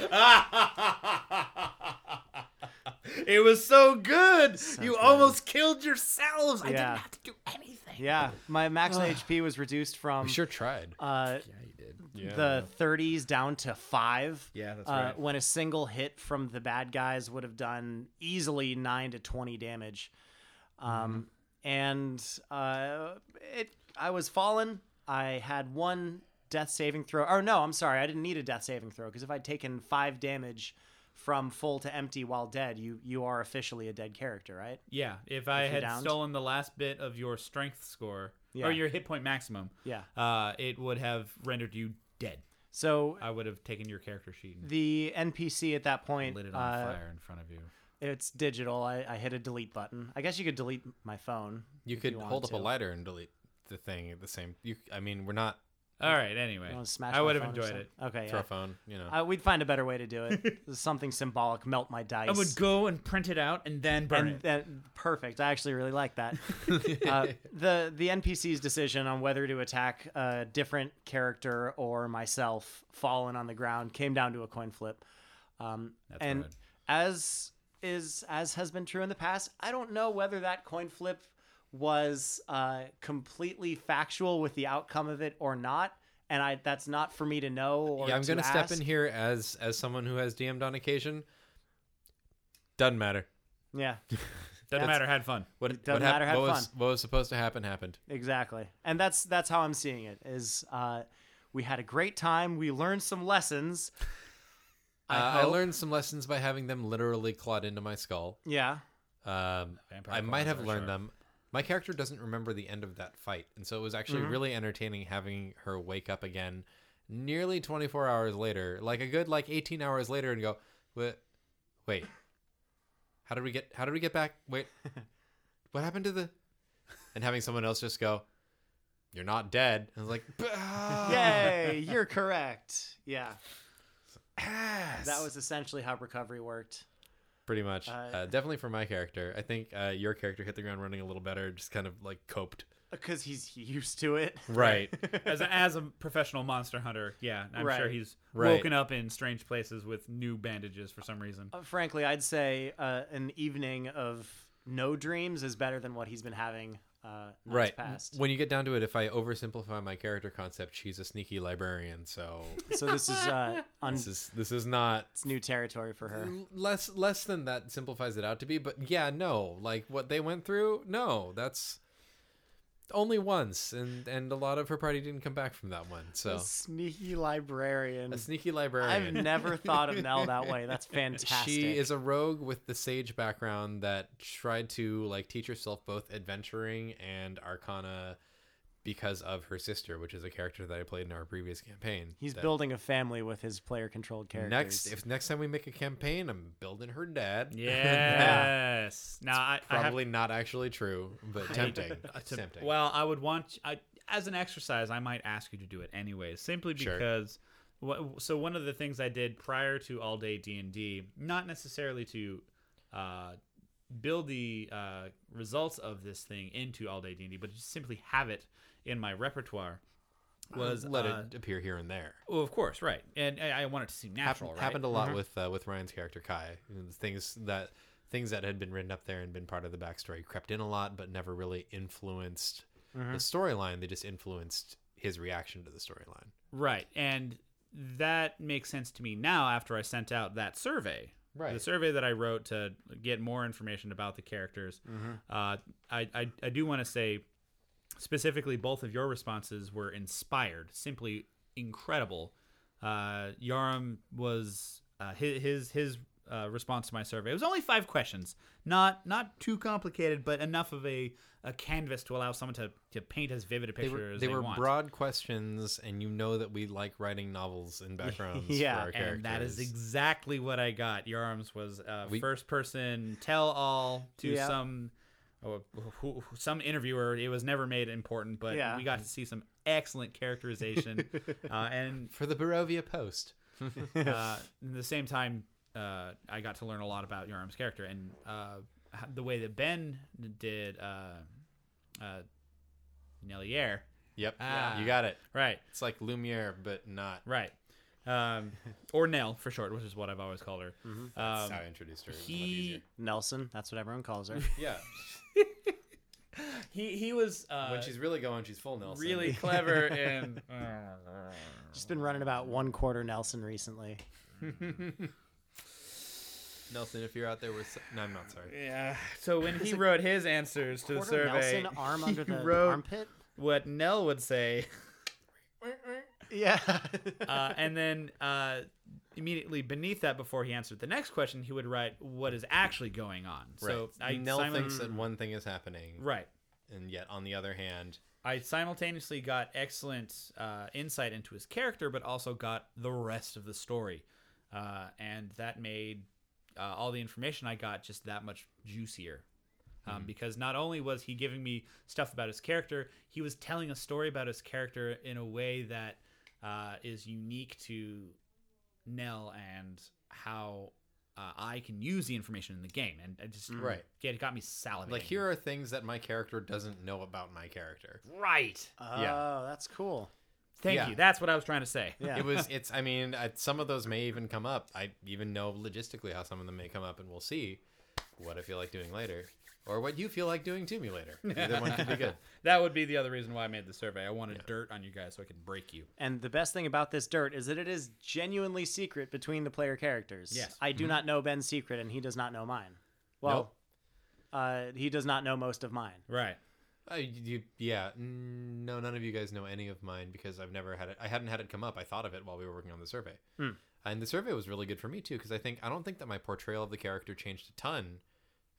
it was so good. you good. almost killed yourselves. I Yeah. didn't have to do anything. Yeah, my maximum HP was reduced from. we sure tried. Uh, Yeah, you did. Yeah. the 30s down to five. Yeah, that's uh, right. When a single hit from the bad guys would have done easily nine to 20 damage. Um, Mm-hmm. And uh, it, I was fallen. I had one death saving throw. Or no, I'm sorry, I didn't need a death saving throw because if I'd taken five damage from full to empty while dead, you you are officially a dead character, right? Yeah, if I you're had downed? stolen the last bit of your strength score Yeah. or your hit point maximum, Yeah. uh, it would have rendered you dead. So. I would have taken your character sheet and the NPC at that point lit it on uh, fire in front of you. It's digital. I, I hit a delete button. I guess you could delete my phone. you could you hold up wanted a to. lighter and delete the thing at the same. You, I mean, we're not All right. Anyway, You want to smash I my would have phone or enjoyed it. something? Okay, throw yeah. a phone. You know, Uh, we'd find a better way to do it. Something symbolic. Melt my dice. I would go and print it out and then burn and it. then- perfect. I actually really like that. uh, the the NPC's decision on whether to attack a different character or myself, fallen on the ground, came down to a coin flip. Um, That's and right. as is as has been true in the past, I don't know whether that coin flip was uh, completely factual with the outcome of it or not. And I that's not for me to know. Or yeah, I'm to gonna step in ask. here as as someone who has DM'd on occasion. Doesn't matter. Yeah, Doesn't That's- matter. Had fun. What doesn't what hap- matter, had what was what was supposed to happen happened. Exactly, and that's that's how I'm seeing it. Is uh, we had a great time. We learned some lessons. Uh, I I, hope- learned some lessons by having them literally clawed into my skull. Yeah, Um, Vampire I might claws have are learned sharp. them. My character doesn't remember the end of that fight, and so it was actually Mm-hmm. really entertaining having her wake up again, nearly 24 hours later, like a good like 18 hours later, and go, "Wait, wait, how did we get? How did we get back? Wait, what happened to the?" And having someone else just go, "You're not dead," and I was like, yay! You're correct. Yeah, "Ass." that was essentially how recovery worked. pretty much uh, Uh, definitely for my character. I think uh, your character hit the ground running a little better, just kind of like coped. Because he's used to it. Right. As a, as a professional monster hunter, yeah, I'm sure Right. he's Right. woken up in strange places with new bandages for some reason. Uh, Frankly, I'd say uh, an evening of no dreams is better than what he's been having. Uh, in right. Past. When you get down to it, if I oversimplify my character concept, she's a sneaky librarian. So So this is uh, un- this is this is not it's new territory for her. less less than that simplifies it out to be. But yeah, no, like what they went through, no, that's only once, and and a lot of her party didn't come back from that one. So A sneaky librarian. a sneaky I've librarian. never thought of Nell that way. That's fantastic. She is a rogue with the sage background that tried to like teach herself both adventuring and arcana because of her sister, which is a character that I played in our previous campaign. He's that- building a family with his player-controlled characters. next. If next time we make a campaign, I'm building her dad. Yes. Now I I have- Probably not actually true, but tempting. It's to- tempting. Well, I would want I, as an exercise. I might ask you to do it anyways, simply Sure. because. wha- So one of the things I did prior to all day D and D, not necessarily to uh, build the uh, results of this thing into all day D and D, but just simply have it in my repertoire. Was let uh, it appear here and there. Well, of course, right, and I, I want it to seem Happened, natural. right? happened a lot with uh, with Ryan's character Kai. You know, the things that things that had been written up there and been part of the backstory crept in a lot, but never really influenced Mm-hmm. the storyline. They just influenced his reaction to the storyline. Right. And that makes sense to me now after I sent out that survey. The Right. survey that I wrote to get more information about the characters. Mm-hmm. Uh, I, I, I do want to say specifically, both of your responses were inspired, simply incredible. Uh, Yaram was uh, his his, his uh, response to my survey. It was only five questions, not not too complicated, but enough of a, a canvas to allow someone to, to paint as vivid a They picture were, as they they, were want. broad questions, and you know that we like writing novels and backgrounds Yeah, for our characters. and that is exactly what I got. Yarms was uh, We- first person tell all to Yeah. some oh, who, who- some interviewer. It was never made important, but Yeah. we got to see some excellent characterization, uh, and for the Barovia Post. uh, at the same time, uh, I got to learn a lot about Yarm's character and uh, h- the way that Ben did uh, uh, Nellier. Yep, Ah. you got it. Right, It's like Lumiere, but not. right. Um, or Nell for short, which is what I've always called her. That's Um, how I introduced her. It was much he easier. Nelson, that's what everyone calls her. yeah. he he was uh, When she's really going, she's full Nelson. really clever and um, She's been running about one quarter Nelson recently. Nelson, if you're out there, we're. So- no, I'm not sorry. yeah. So when he wrote his answers to the Quarter survey, Nelson, arm under he the wrote armpit. what Nell would say, Yeah. uh, and then uh, immediately beneath that, before he answered the next question, he would write what is actually going on. So I Nell simul- thinks that one thing is happening, right. and yet on the other hand, I simultaneously got excellent uh, insight into his character, but also got the rest of the story, uh, and that made uh, all the information I got just that much juicier. Um, Hmm. Because not only was he giving me stuff about his character, he was telling a story about his character in a way that uh, is unique to Nell and how uh, I can use the information in the game, and it just Right. yeah, it got me salivating. like here are things that my character doesn't know about my character. right? oh, Yeah. that's cool. Thank Yeah. you. That's what I was trying to say. Yeah. It was. It's. I mean, I, some of those may even come up. I even know logistically how some of them may come up, and we'll see what I feel like doing later, or what you feel like doing to me later. Either one could be good. That would be the other reason why I made the survey. I wanted dirt on you guys so I could break you. And the best thing about this dirt is that it is genuinely secret between the player characters. Yes. Mm-hmm. I do not know Ben's secret, and he does not know mine. Well, uh, he does not know most of mine. Right. Uh, you, yeah, mm, no, none of you guys know any of mine because I've never had it. I hadn't had it come up. I thought of it while we were working on the survey, and the survey was really good for me too because I think I don't think that my portrayal of the character changed a ton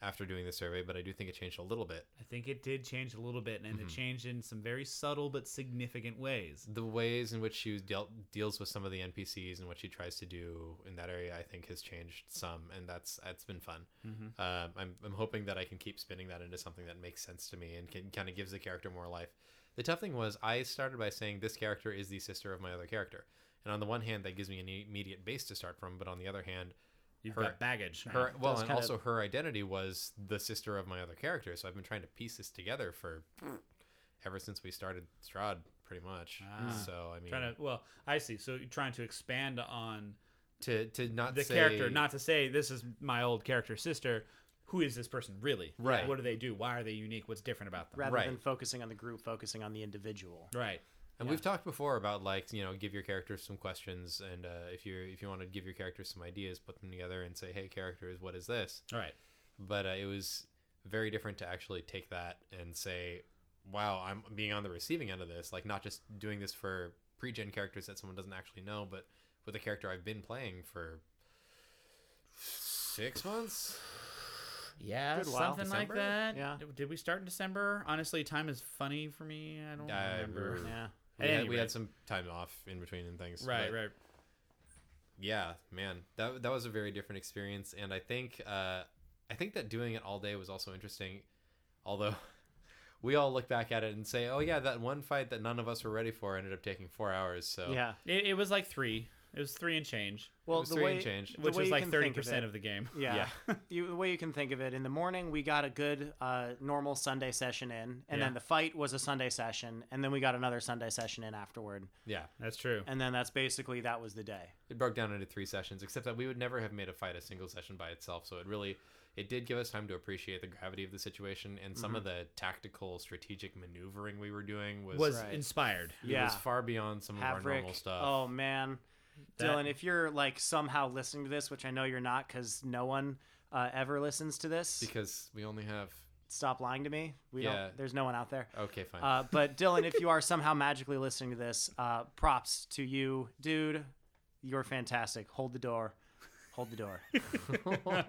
after doing the survey, but I do think it changed a little bit. I think it did change a little bit, and Mm-hmm. it changed in some very subtle but significant ways. The ways in which she was dealt deals with some of the NPCs and what she tries to do in that area, I think, has changed some, and that's that's been fun. Um, I'm I'm hoping that I can keep spinning that into something that makes sense to me and can kind of gives the character more life. The tough thing was I started by saying this character is the sister of my other character, and on the one hand that gives me an immediate base to start from, but on the other hand, You've Her- got baggage. her well, does and kinda- also her identity was the sister of my other character. So I've been trying to piece this together for ever since we started Strahd, pretty much. Ah. so I mean, Trying to, well, I see. So you're trying to expand on to to not the say- character, not to say this is my old character sister. Who is this person really? Right. What do they do? Why are they unique? What's different about them? Rather Right. than focusing on the group, focusing on the individual. Right. And we've talked before about like you know give your characters some questions, and uh, if you if you want to give your characters some ideas, put them together and say, hey, characters, what is this? Right. But uh, it was very different to actually take that and say, wow, I'm being on the receiving end of this. Like, not just doing this for pre gen characters that someone doesn't actually know, but with a character I've been playing for six months. Yeah, Good while. something December? like that. Yeah. Did- Did we start in December? Honestly, time is funny for me. I don't I remember. remember. Yeah. We, At had, any we had rate. some time off in between and things. Right, but right. Yeah, man, that that was a very different experience, and I think uh, I think that doing it all day was also interesting. Although we all look back at it and say, "Oh yeah, that one fight that none of us were ready for ended up taking four hours." So Yeah. It, it was like three. It was three and change, Well, was the three way and change. the which way was you like can think thirty of percent it- of, the game. Yeah. you, the way you can think of it, in the morning we got a good uh, normal Sunday session in, and Yeah. then the fight was a Sunday session, and then we got another Sunday session in afterward, yeah, that's true. and then that's basically that was the day. it broke down into three sessions. Except that we would never have made a fight a single session by itself. So it really it did give us time to appreciate the gravity of the situation and some Mm-hmm. of the tactical, strategic maneuvering we were doing was Was Right. inspired. it yeah. was far beyond some of our Haverick. normal stuff. Oh man, That- Dylan, if you're like somehow listening to this, which I know you're not, because no one uh, ever listens to this. Because we only have Stop lying to me. We Yeah. don't. There's no one out there. okay, fine. Uh, but Dylan, if you are somehow magically listening to this, uh, props to you, dude. You're fantastic. Hold the door. Hold the door.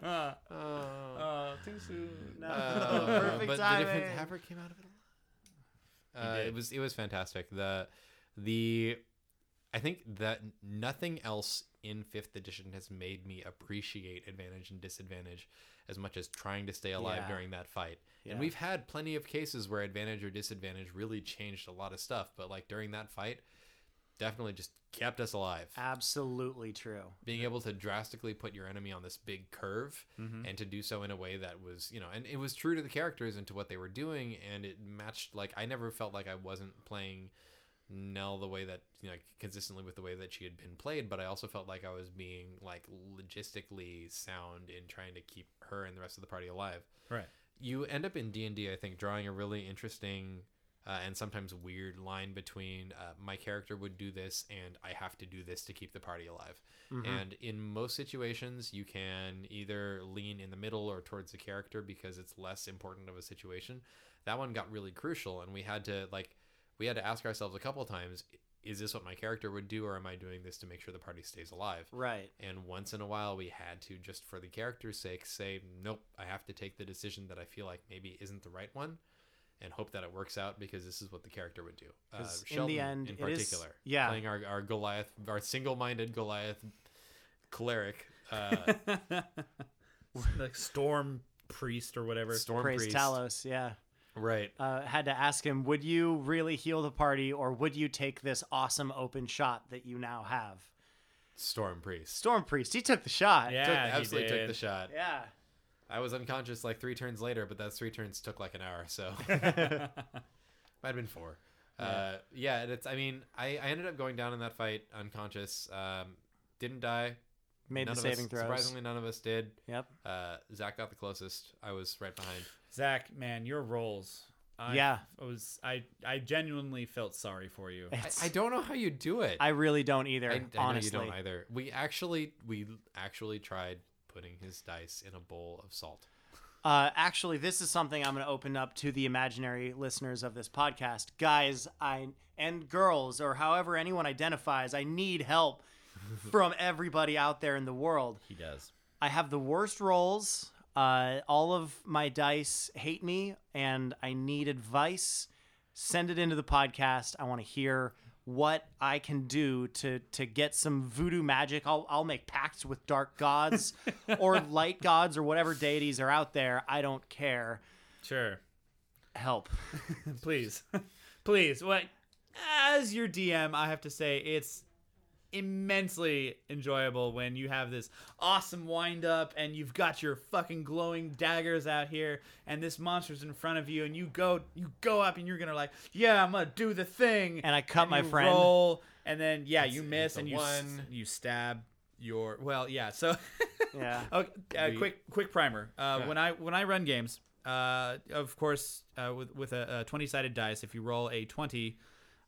Oh. too soon. Uh, No. Uh, Perfect but timing. The different Haber came out of it. alive. Uh, did. it was it was fantastic. The the I think that nothing else in fifth edition has made me appreciate advantage and disadvantage as much as trying to stay alive Yeah. during that fight. Yeah. And we've had plenty of cases where advantage or disadvantage really changed a lot of stuff, but like during that fight, definitely just kept us alive Absolutely true. being able to drastically put your enemy on this big curve Mm-hmm. and to do so in a way that was you know and it was true to the characters and to what they were doing and it matched like i never felt like i wasn't playing nell the way that you know like, consistently with the way that she had been played but i also felt like i was being like logistically sound in trying to keep her and the rest of the party alive Right. you end up in d&d i think drawing a really interesting uh, and sometimes weird line between uh, my character would do this and i have to do this to keep the party alive Mm-hmm. and in most situations you can either lean in the middle or towards the character because it's less important of a situation that one got really crucial and we had to like we had to ask ourselves a couple times is this what my character would do or am i doing this to make sure the party stays alive Right. and once in a while, we had to, just for the character's sake, say, nope, I have to take the decision that I feel like maybe isn't the right one and hope that it works out because this is what the character would do. Uh, 'Cause in the Sheldon, end, in it is- particular, yeah. playing our, our Goliath, our single minded Goliath cleric, uh, like storm priest or whatever. Storm Praise Priest. Talos. Yeah. Right. Uh, had to ask him, would you really heal the party or would you take this awesome open shot that you now have? Storm Priest. Storm Priest, he took the shot. Yeah, Took, he absolutely took did. the shot. Yeah. I was unconscious like three turns later, but those three turns took like an hour, so might have been four. Yeah, uh, yeah and it's. I mean, I, I ended up going down in that fight unconscious. Um, didn't die. Made none the of us- saving throws. Surprisingly, none of us did. Yep. Uh, Zach got the closest. I was right behind. Zach, man, your roles. I, Yeah. I was I I genuinely felt sorry for you. I, I don't know how you do it. I really don't either, I- I know honestly. you don't either. We actually we actually tried putting his dice in a bowl of salt. Uh, actually, this is something I'm going to open up to the imaginary listeners of this podcast, guys. I and girls, or however anyone identifies. I need help from everybody out there in the world. He does. I have the worst rolls. Uh, all of my dice hate me, and I need advice. Send it into the podcast. I want to hear what I can do to to get some voodoo magic. I'll I'll make pacts with dark gods or light gods or whatever deities are out there. I don't care. Sure. Help. Please. Please. What as your DM, I have to say it's immensely enjoyable when you have this awesome wind up and you've got your fucking glowing daggers out here and this monster's in front of you and you go you go up and you're gonna like yeah i'm gonna do the thing And I cut my you friend. roll, and then yeah you It's- miss it's a and you s- one. you stab your well yeah so Yeah. Okay, uh, We- quick quick primer. Uh, Yeah. When I when I run games, uh, of course, uh, with with a, a twenty sided dice, if you roll a twenty,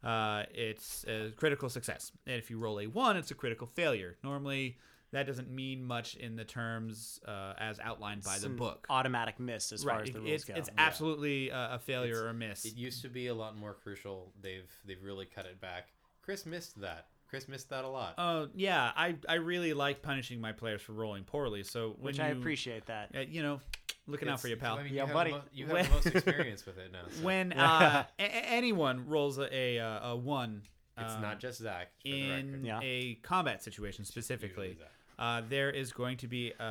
uh, it's a critical success, and if you roll a one, it's a critical failure. Normally, that doesn't mean much in the terms uh, as outlined by the Some book. Automatic miss as far as the It- rules it's, go. it's Yeah. absolutely uh, a failure or a miss. It used to be a lot more crucial. They've they've really cut it back. Chris missed that. Chris missed that a lot. Uh, yeah, I, I really like punishing my players for rolling poorly. So when which you, I appreciate that. uh, you know, looking out for your pal. I mean, Yeah, you have buddy. The mo- you have When- the most experience with it now. So. when uh, Yeah. a- a- anyone rolls a, a, uh, a one, it's um, not just Zach. For the in record. Yeah. a combat situation specifically. usually Uh, there is going to be a,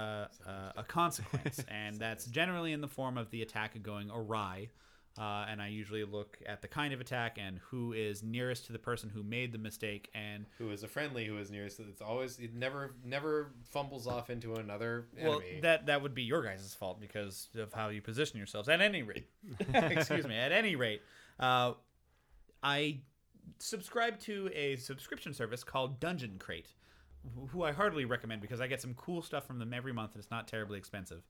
a, a consequence, and that's generally in the form of the attack going awry. Uh, and I usually look at the kind of attack and who is nearest to the person who made the mistake. And Who is a friendly? Who is nearest? It's always it never never fumbles off into another well, enemy. that that would be your guys' fault because of how you position yourselves. At any rate, excuse me. At any rate, uh, I subscribe to a subscription service called Dungeon Crate, wh- who I heartily recommend because I get some cool stuff from them every month and it's not terribly expensive.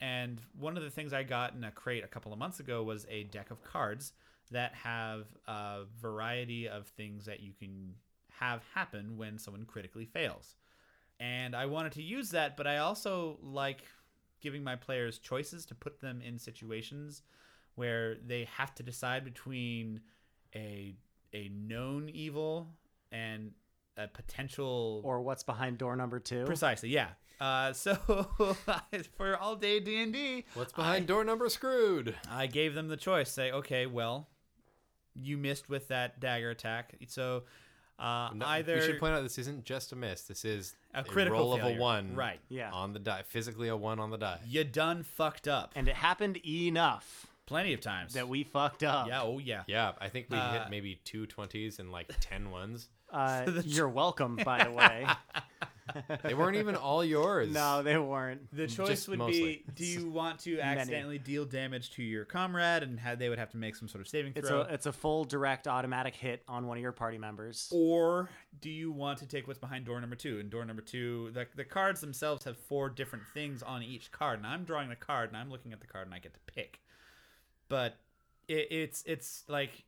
And one of the things I got in a crate a couple of months ago was a deck of cards that have a variety of things that you can have happen when someone critically fails. And I wanted to use that, but I also like giving my players choices to put them in situations where they have to decide between a a known evil and a potential Or what's behind door number two? precisely yeah uh, so for all day d&d What's behind door number screwed? I gave them the choice. Say, okay, well, you missed with that dagger attack, so uh, No, either we should point out this isn't just a miss. This is A critical roll of failure. a one, Right. Yeah. on the die, physically a one on the die. you done fucked up and it happened enough plenty of times. that we fucked up. yeah, oh yeah. Yeah, I think we Uh, hit maybe two twenties and like ten ones. Uh, So that's- you're welcome, by the way. They weren't even all yours. no, they weren't. The choice Just would mostly. be: Do you want to accidentally deal damage to your comrade, and ha they would have to make some sort of saving It's throw, a it's a full direct automatic hit on one of your party members. Oh, or do you want to take what's behind door number two? And door number two, the, the cards themselves have four different things on each card, and I'm drawing the card, and I'm looking at the card, and I get to pick. But it, it's it's like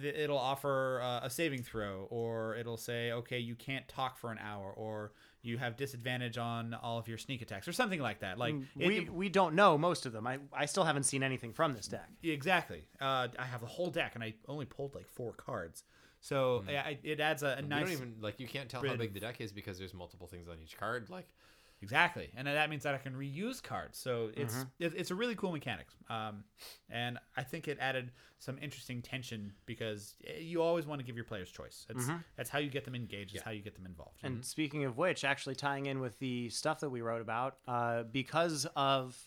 th- it'll offer uh, a saving throw, or it'll say, okay, you can't talk for an hour, or you have disadvantage on all of your sneak attacks, or something like that. Mm, Like it- we we don't know most of them. I, I still haven't seen anything from this deck. Exactly. Uh, I have the whole deck, and I only pulled like four cards, so I I- it adds a, a You nice Mm. don't even like you can't tell how Brid- big the deck is because there's multiple things on each card. Like exactly, and that means that I can reuse cards. So it's Mm-hmm. it, it's a really cool mechanic, um, and I think it added some interesting tension because eh, you always want to give your players choice. That's that's how you get them engaged. It's how you get them involved. Mm-hmm. And speaking of which, actually tying in with the stuff that we wrote about, uh, because of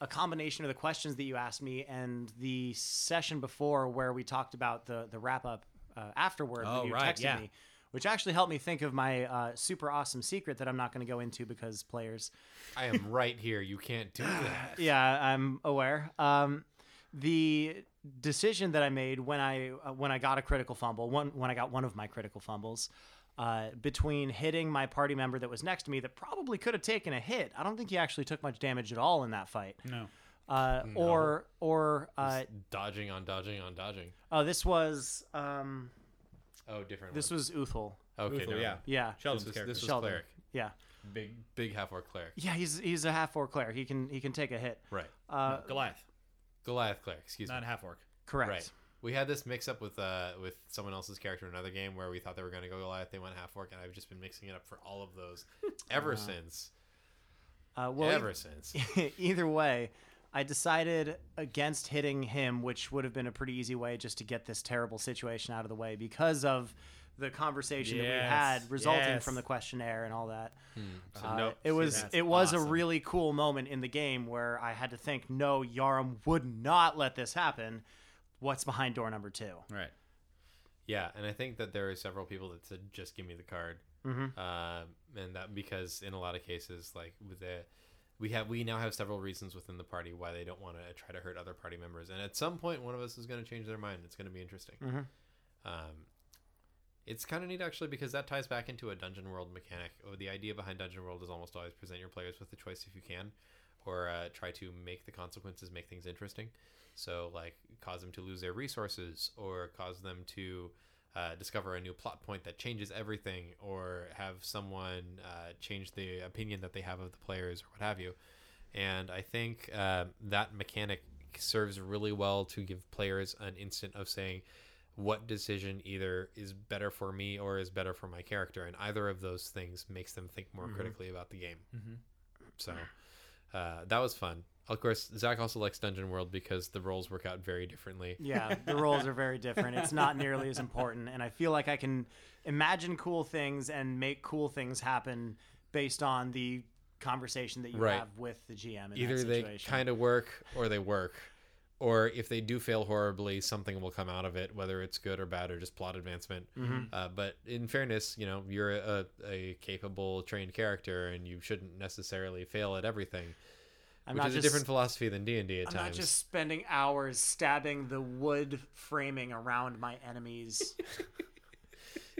a combination of the questions that you asked me and the session before where we talked about the the wrap up uh, afterward Oh, that you right, texted yeah. me, which actually helped me think of my uh, super awesome secret that I'm not going to go into because players. I am right here. You can't do that. yeah, I'm aware. Um, the decision that I made when I uh, when I got a critical fumble, one when I got one of my critical fumbles, uh, between hitting my party member that was next to me that probably could have taken a hit. I don't think he actually took much damage at all in that fight. no, Uh, Or or uh, dodging on dodging on dodging. oh, this was um, Oh, different. this one. was Uthul. okay. Uthul, never yeah. mind. Yeah, Sheldon's This was, character. this was Sheldon. cleric. yeah, Big big half orc cleric. yeah. He's he's a half orc cleric. He can he can take a hit. Right. Uh, Goliath, Goliath cleric. Excuse me. not half orc. correct. Right. We had this mix up with uh with someone else's character in another game where we thought they were going to go Goliath, they went half orc, and I've just been mixing it up for all of those ever since. Uh, well, ever since. either way, I decided against hitting him, which would have been a pretty easy way just to get this terrible situation out of the way because of the conversation that we Yes, had resulting yes. from the questionnaire and all that. So Uh, no, it was that's it was a awesome. really cool moment in the game where I had to think, no, Yarum would not let this happen. What's behind door number two? Right. Yeah, and I think that there are several people that said, "Just give me the card," mm-hmm. um, and that because in a lot of cases, like with the, we have we now have several reasons within the party why they don't want to try to hurt other party members, and at some point, one of us is going to change their mind. It's going to be interesting. Um, it's kind of neat actually because that ties back into a dungeon world mechanic. Oh, The idea behind dungeon world is almost always present your players with the choice if you can, or uh, try to make the consequences make things interesting. So like cause them to lose their resources or cause them to uh, discover a new plot point that changes everything, or have someone uh, change the opinion that they have of the players or what have you. And I think um that mechanic serves really well to give players an instant of saying what decision either is better for me or is better for my character, and either of those things makes them think more critically about the game. So uh, that was fun. Of course, Zach also likes Dungeon World because the roles work out very differently. Yeah, the roles are very different. It's not nearly as important, and I feel like I can imagine cool things and make cool things happen based on the conversation that you Right. have with the GM. In Either that they situation. kind of work or they work. Or if they do fail horribly, something will come out of it, whether it's good or bad or just plot advancement. Mm-hmm. Hmm. Uh, but in fairness, you know, you're a, a capable, trained character, and you shouldn't necessarily fail at everything, I'm which not is just, a different philosophy than D and D at I'm not times. just spending hours stabbing the wood framing around my enemies.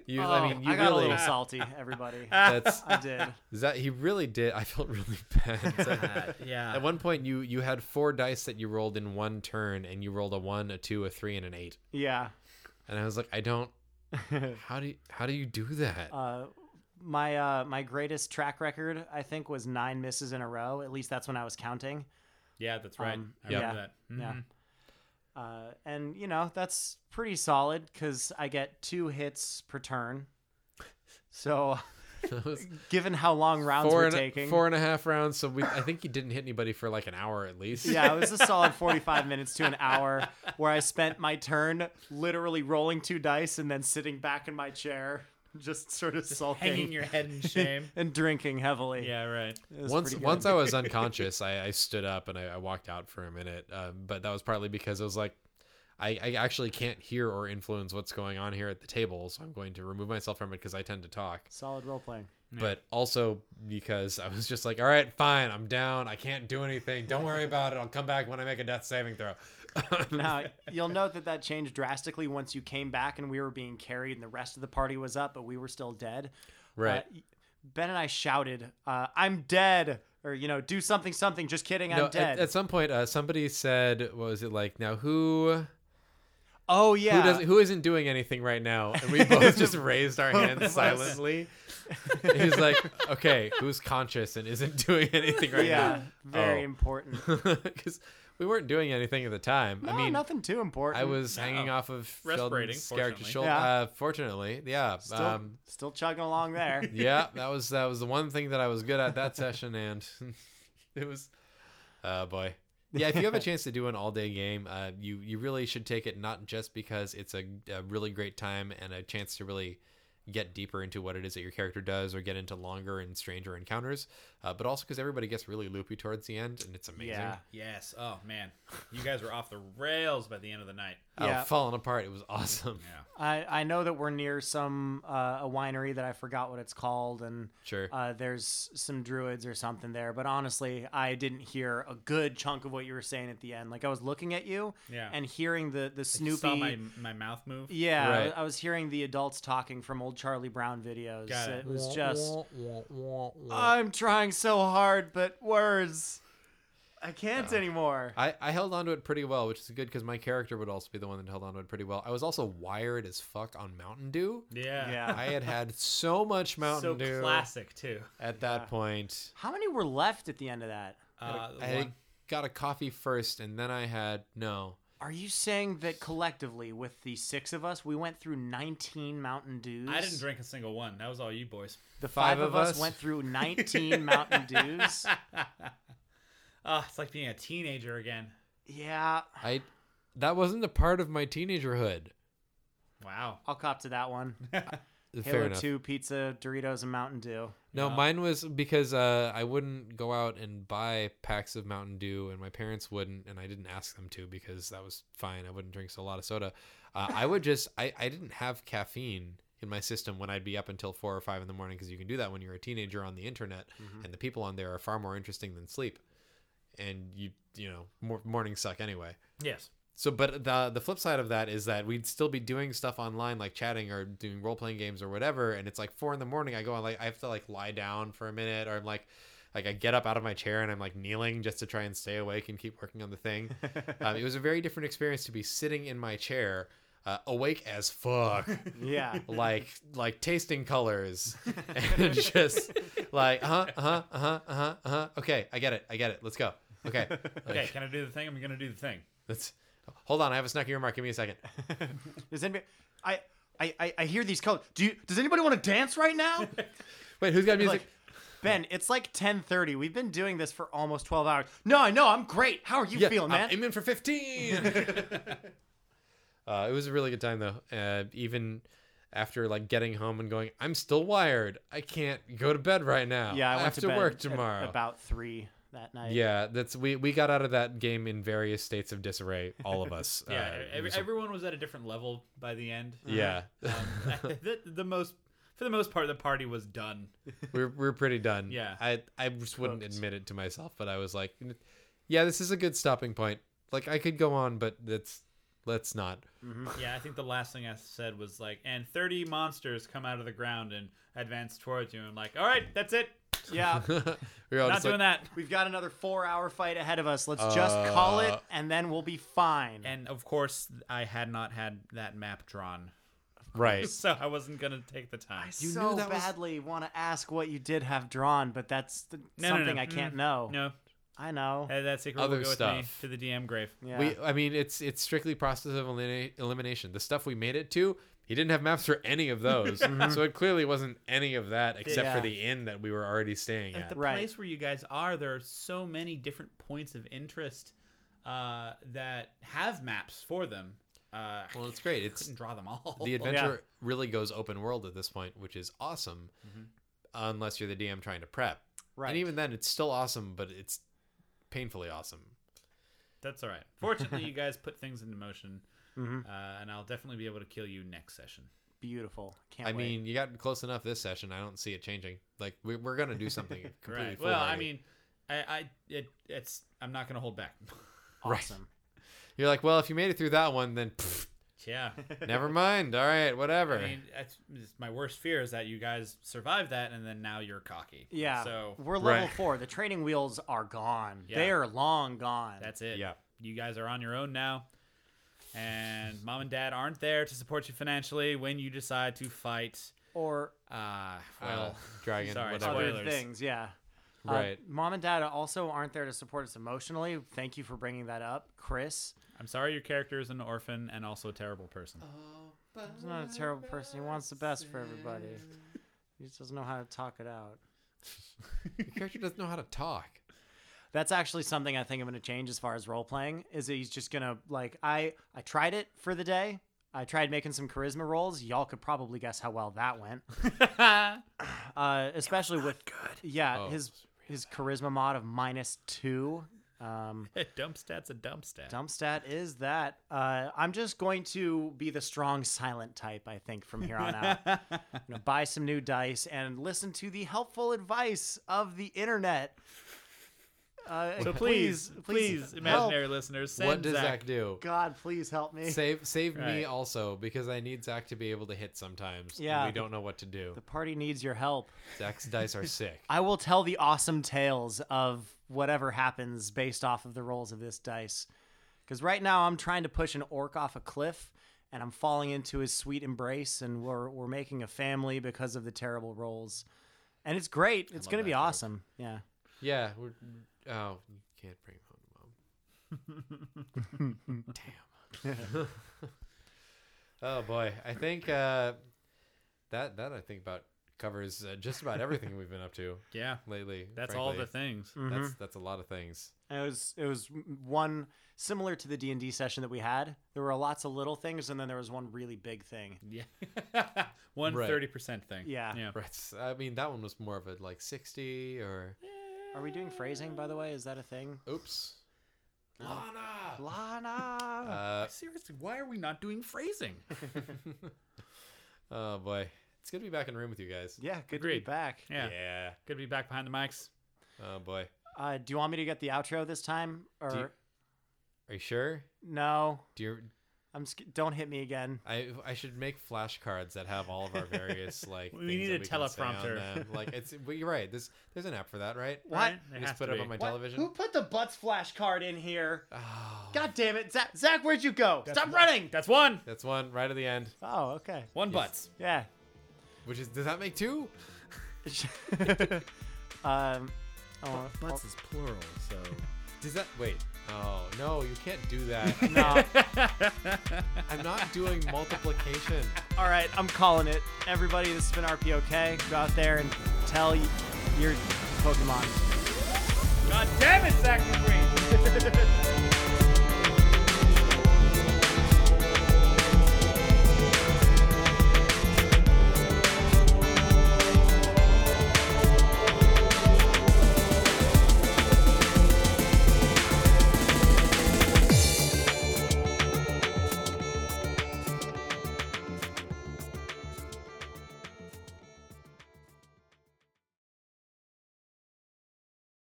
You, oh, I mean, you I got a really. little salty, everybody. That's I did. that. He really did. I felt really bad. Zach. yeah. At one point, you you had four dice that you rolled in one turn, and you rolled a one, a two, a three, and an eight. Yeah. And I was like, I don't. How do you, how do you do that? Uh, my uh, my greatest track record, I think, was nine misses in a row. At least that's when I was counting. Yeah, that's right. Um, I remember yeah. that. Mhm. Yeah. Uh, and you know that's pretty solid because I get two hits per turn. So, That was given how long rounds four were and a- taking, four and a half rounds. So we, I think you didn't hit anybody for like an hour at least. yeah, it was a solid forty-five minutes to an hour where I spent my turn literally rolling two dice and then sitting back in my chair, just sort of sulking Hanging your head in shame. and drinking heavily. yeah, right. It was Once pretty good. once I was unconscious, I, I stood up and I, I walked out for a minute. Um, but that was partly because I was like, I, I actually can't hear or influence what's going on here at the table, so I'm going to remove myself from it because I tend to talk. solid role playing. but also because I was just like, all right, fine, I'm down. I can't do anything. Don't worry about it. I'll come back when I make a death saving throw. Now, you'll note that that changed drastically once you came back and we were being carried and the rest of the party was up, but we were still dead. right. Uh, ben and I shouted, uh, I'm dead, or, you know, do something, something. Just kidding, I'm no, at, dead. at some point, uh, somebody said, what was it like? Now, who oh, yeah. who doesn't who isn't doing anything right now? And we both just raised our hands silently. And he's like, okay, who's conscious and isn't doing anything right yeah, very now? important. Because we weren't doing anything at the time. No, I mean, nothing too important. I was No. hanging off of Respirating, Sheldon's character fortunately. shoulder. Yeah. Uh, fortunately, yeah. still, Um, still chugging along there. yeah, that was that was the one thing that I was good at that session, and it was, uh, boy, yeah. If you have a chance to do an all day game, uh, you you really should take it not just because it's a, a really great time and a chance to really get deeper into what it is that your character does or get into longer and stranger encounters, uh, but also because everybody gets really loopy towards the end, and it's amazing. Yeah. Yes. Oh man, you guys were off the rails by the end of the night. Oh, Yeah. falling apart. It was awesome. Yeah. I, I know that we're near some uh, a winery that I forgot what it's called, and Sure. uh, there's some druids or something there. But honestly, I didn't hear a good chunk of what you were saying at the end. Like I was looking at you Yeah. and hearing the the You Snoopy. saw my my mouth move. yeah, I- Right. I, was hearing the adults talking from old Charlie Brown videos. Got it. was just I'm trying so hard, but words, I can't anymore. I, I held onto it pretty well, which is good because my character would also be the one that held onto it pretty well. I was also wired as fuck on Mountain Dew. Yeah. yeah. I had had so much so Mountain Dew classic too. at that point. How many were left at the end of that? Uh, I one- got a coffee first, and then I had no. Are you saying that collectively, with the six of us, we went through 19 Mountain Dews? I didn't drink a single one. That was all you boys. The five, Five of of us us? went through 19 Mountain Dews. Ah, it's like being a teenager again. Yeah, I that wasn't a part of my teenagerhood. Wow. I'll cop to that one. Fair Halo enough. 2, pizza, Doritos, and Mountain Dew. No, Yeah. mine was because uh, I wouldn't go out and buy packs of Mountain Dew, and my parents wouldn't, and I didn't ask them to because that was fine. I wouldn't drink a lot of soda. Uh, I would just, I, I didn't have caffeine in my system when I'd be up until four or five in the morning because you can do that when you're a teenager on the internet, and the people on there are far more interesting than sleep. And you, you know, mor- mornings suck anyway. Yes. So, but the the flip side of that is that we'd still be doing stuff online, like chatting or doing role playing games or whatever. And it's like four in the morning. I go on like I have to like lie down for a minute, or I'm like, like I get up out of my chair and I'm like kneeling just to try and stay awake and keep working on the thing. um, it was a very different experience to be sitting in my chair. uh, awake as fuck, Yeah. like like tasting colors, and just like uh huh uh huh uh huh uh huh. Okay, I get it. I get it. Let's go. Okay, Okay, Like, can I do the thing? I'm gonna do the thing. let's hold on. I have a snacky remark. Give me a second. Does anybody? I I I, I hear these colors. Do you? Does anybody want to dance right now? Wait, who's got music? like, Ben, it's like 10:30. We've been doing this for almost 12 hours. No, I know. I'm great. How are you Yeah, feeling, I'm man? aiming for 15. uh, it was a really good time though. Uh, even after like getting home and going, I'm still wired. I can't go to bed right now. yeah, I, went have to, bed work at tomorrow. about three that night. yeah, that's we we got out of that game in various states of disarray, all of us. Uh, Yeah, it every, was a- everyone was at a different level by the end. yeah. Um, the, the most, for the most part, the party was done. we're we're pretty done. Yeah. I I just wouldn't Cooked. admit it to myself, but I was like, yeah, this is a good stopping point. Like I could go on, but that's let's not. Yeah, I think the last thing I said was like, "And thirty monsters come out of the ground and advance towards you." And I'm like, "All right, that's it. Yeah. we were all Not just Oh, like, doing that." We've got another four-hour fight ahead of us. Let's just call it, Uh, and then we'll be fine. And of course, I had not had that map drawn, right. so I wasn't gonna take the time. you so knew that was- badly want to ask what you did have drawn, but that's the, No, no, something no. I can't Mm. know. No, I know. that, that secret Other will go stuff. with me to the DM grave. Yeah. We, I mean, it's it's strictly process of elimina- elimination. The stuff we made it to, he didn't have maps for any of those, Mm-hmm. so it clearly wasn't any of that except Yeah. for the inn that we were already staying At at. the Right. place where you guys are, there are so many different points of interest uh, that have maps for them. Uh, Well, it's great. It's couldn't draw them all. the adventure really goes open world at this point, which is awesome, Mm-hmm. unless you're the DM trying to prep. right. And even then, it's still awesome, but it's painfully awesome. That's all right. Fortunately, you guys put things into motion, Mm-hmm. uh, and I'll definitely be able to kill you next session. beautiful. Can't I wait. mean, you got close enough this session. I don't see it changing. Like we, we're gonna do something completely. right. Well, I foolhardy. mean, I, I it, it's I'm not gonna hold back. right. awesome. you're like, well, if you made it through that one, then pfft, yeah. never mind. All right, whatever. I mean, that's, it's my worst fear is that you guys survived that, and then now you're cocky. Yeah. So we're level Right. four. The training wheels are gone. Yeah. They are long gone. that's it. Yeah. You guys are on your own now, and mom and dad aren't there to support you financially when you decide to fight. or Uh, well, well, dragon, sorry, whatever. spoiler. other Spoilers. things. Yeah. Uh, Right. Mom and dad also aren't there to support us emotionally. Thank you for bringing that up, Chris. I'm sorry your character is an orphan and also a terrible person. He's not a terrible person. He wants the best for everybody. He just doesn't know how to talk it out. Your character doesn't know how to talk. That's actually something I think I'm going to change as far as role playing is that he's just going to like I I tried it for the day. I tried making some charisma rolls. Y'all could probably guess how well that went. Uh, especially with yeah, Oh. his his charisma mod of minus 2. Um dump stat's a dump stat. dump stat is that uh, I'm just going to be the strong silent type I think from here on out. I'm going to buy some new dice and listen to the helpful advice of the internet. Uh, So please, please, help. imaginary listeners, send what does Zach. Zach do? God, please help me. Save save me Right. also because I need Zach to be able to hit sometimes. and Yeah. we don't know what to do. the party needs your help. Zach's dice are sick. I will tell the awesome tales of whatever happens based off of the rolls of this dice. Because right now I'm trying to push an orc off a cliff and I'm falling into his sweet embrace and we're, we're making a family because of the terrible rolls. And it's great. It's going to be awesome. Yeah. Yeah, we're oh you can't bring him home, mom. Damn. oh boy, I think uh, that that I think about covers uh, just about everything we've been up to Yeah, lately. that's all frankly. Mm. the things. That's that's a lot of things. And it was it was one similar to the D&D session that we had. There were lots of little things and then there was one really big thing. Yeah, one Right. thirty percent thing. Yeah. yeah. Right. s- I mean, that one was more of a like 60 or Are we doing phrasing by the way? Is that a thing? oops. Lana. Lana. Uh, Seriously, why are we not doing phrasing? oh boy. It's good to be back in the room with you guys. yeah, good to be agreed. back. Yeah, yeah. good to be back behind the mics. Oh boy. Uh, do you want me to get the outro this time, or Are you sure? no? Do you I'm sc- don't hit me again. I I should make flashcards that have all of our various like. We things need that a we can say on teleprompter. them. Like it's, well, you're right. There's there's an app for that, right? What? Right? I It just has to put it be. up on my What? television. Who put the butts flash card in here? Oh, God damn it, Zach! Zach, where'd you go? That's Stop one- running! That's one. that's one right at the end. Oh, okay. One Yes. Yeah. Which is does that make two? um. Oh, Butts is plural, so does that wait? Oh no, you can't do that. no. I'm not doing multiplication. All right, I'm calling it. Everybody, this has been RPOK. Go out there and tell y- your Pokemon. God damn it, Zach McQueen. Thank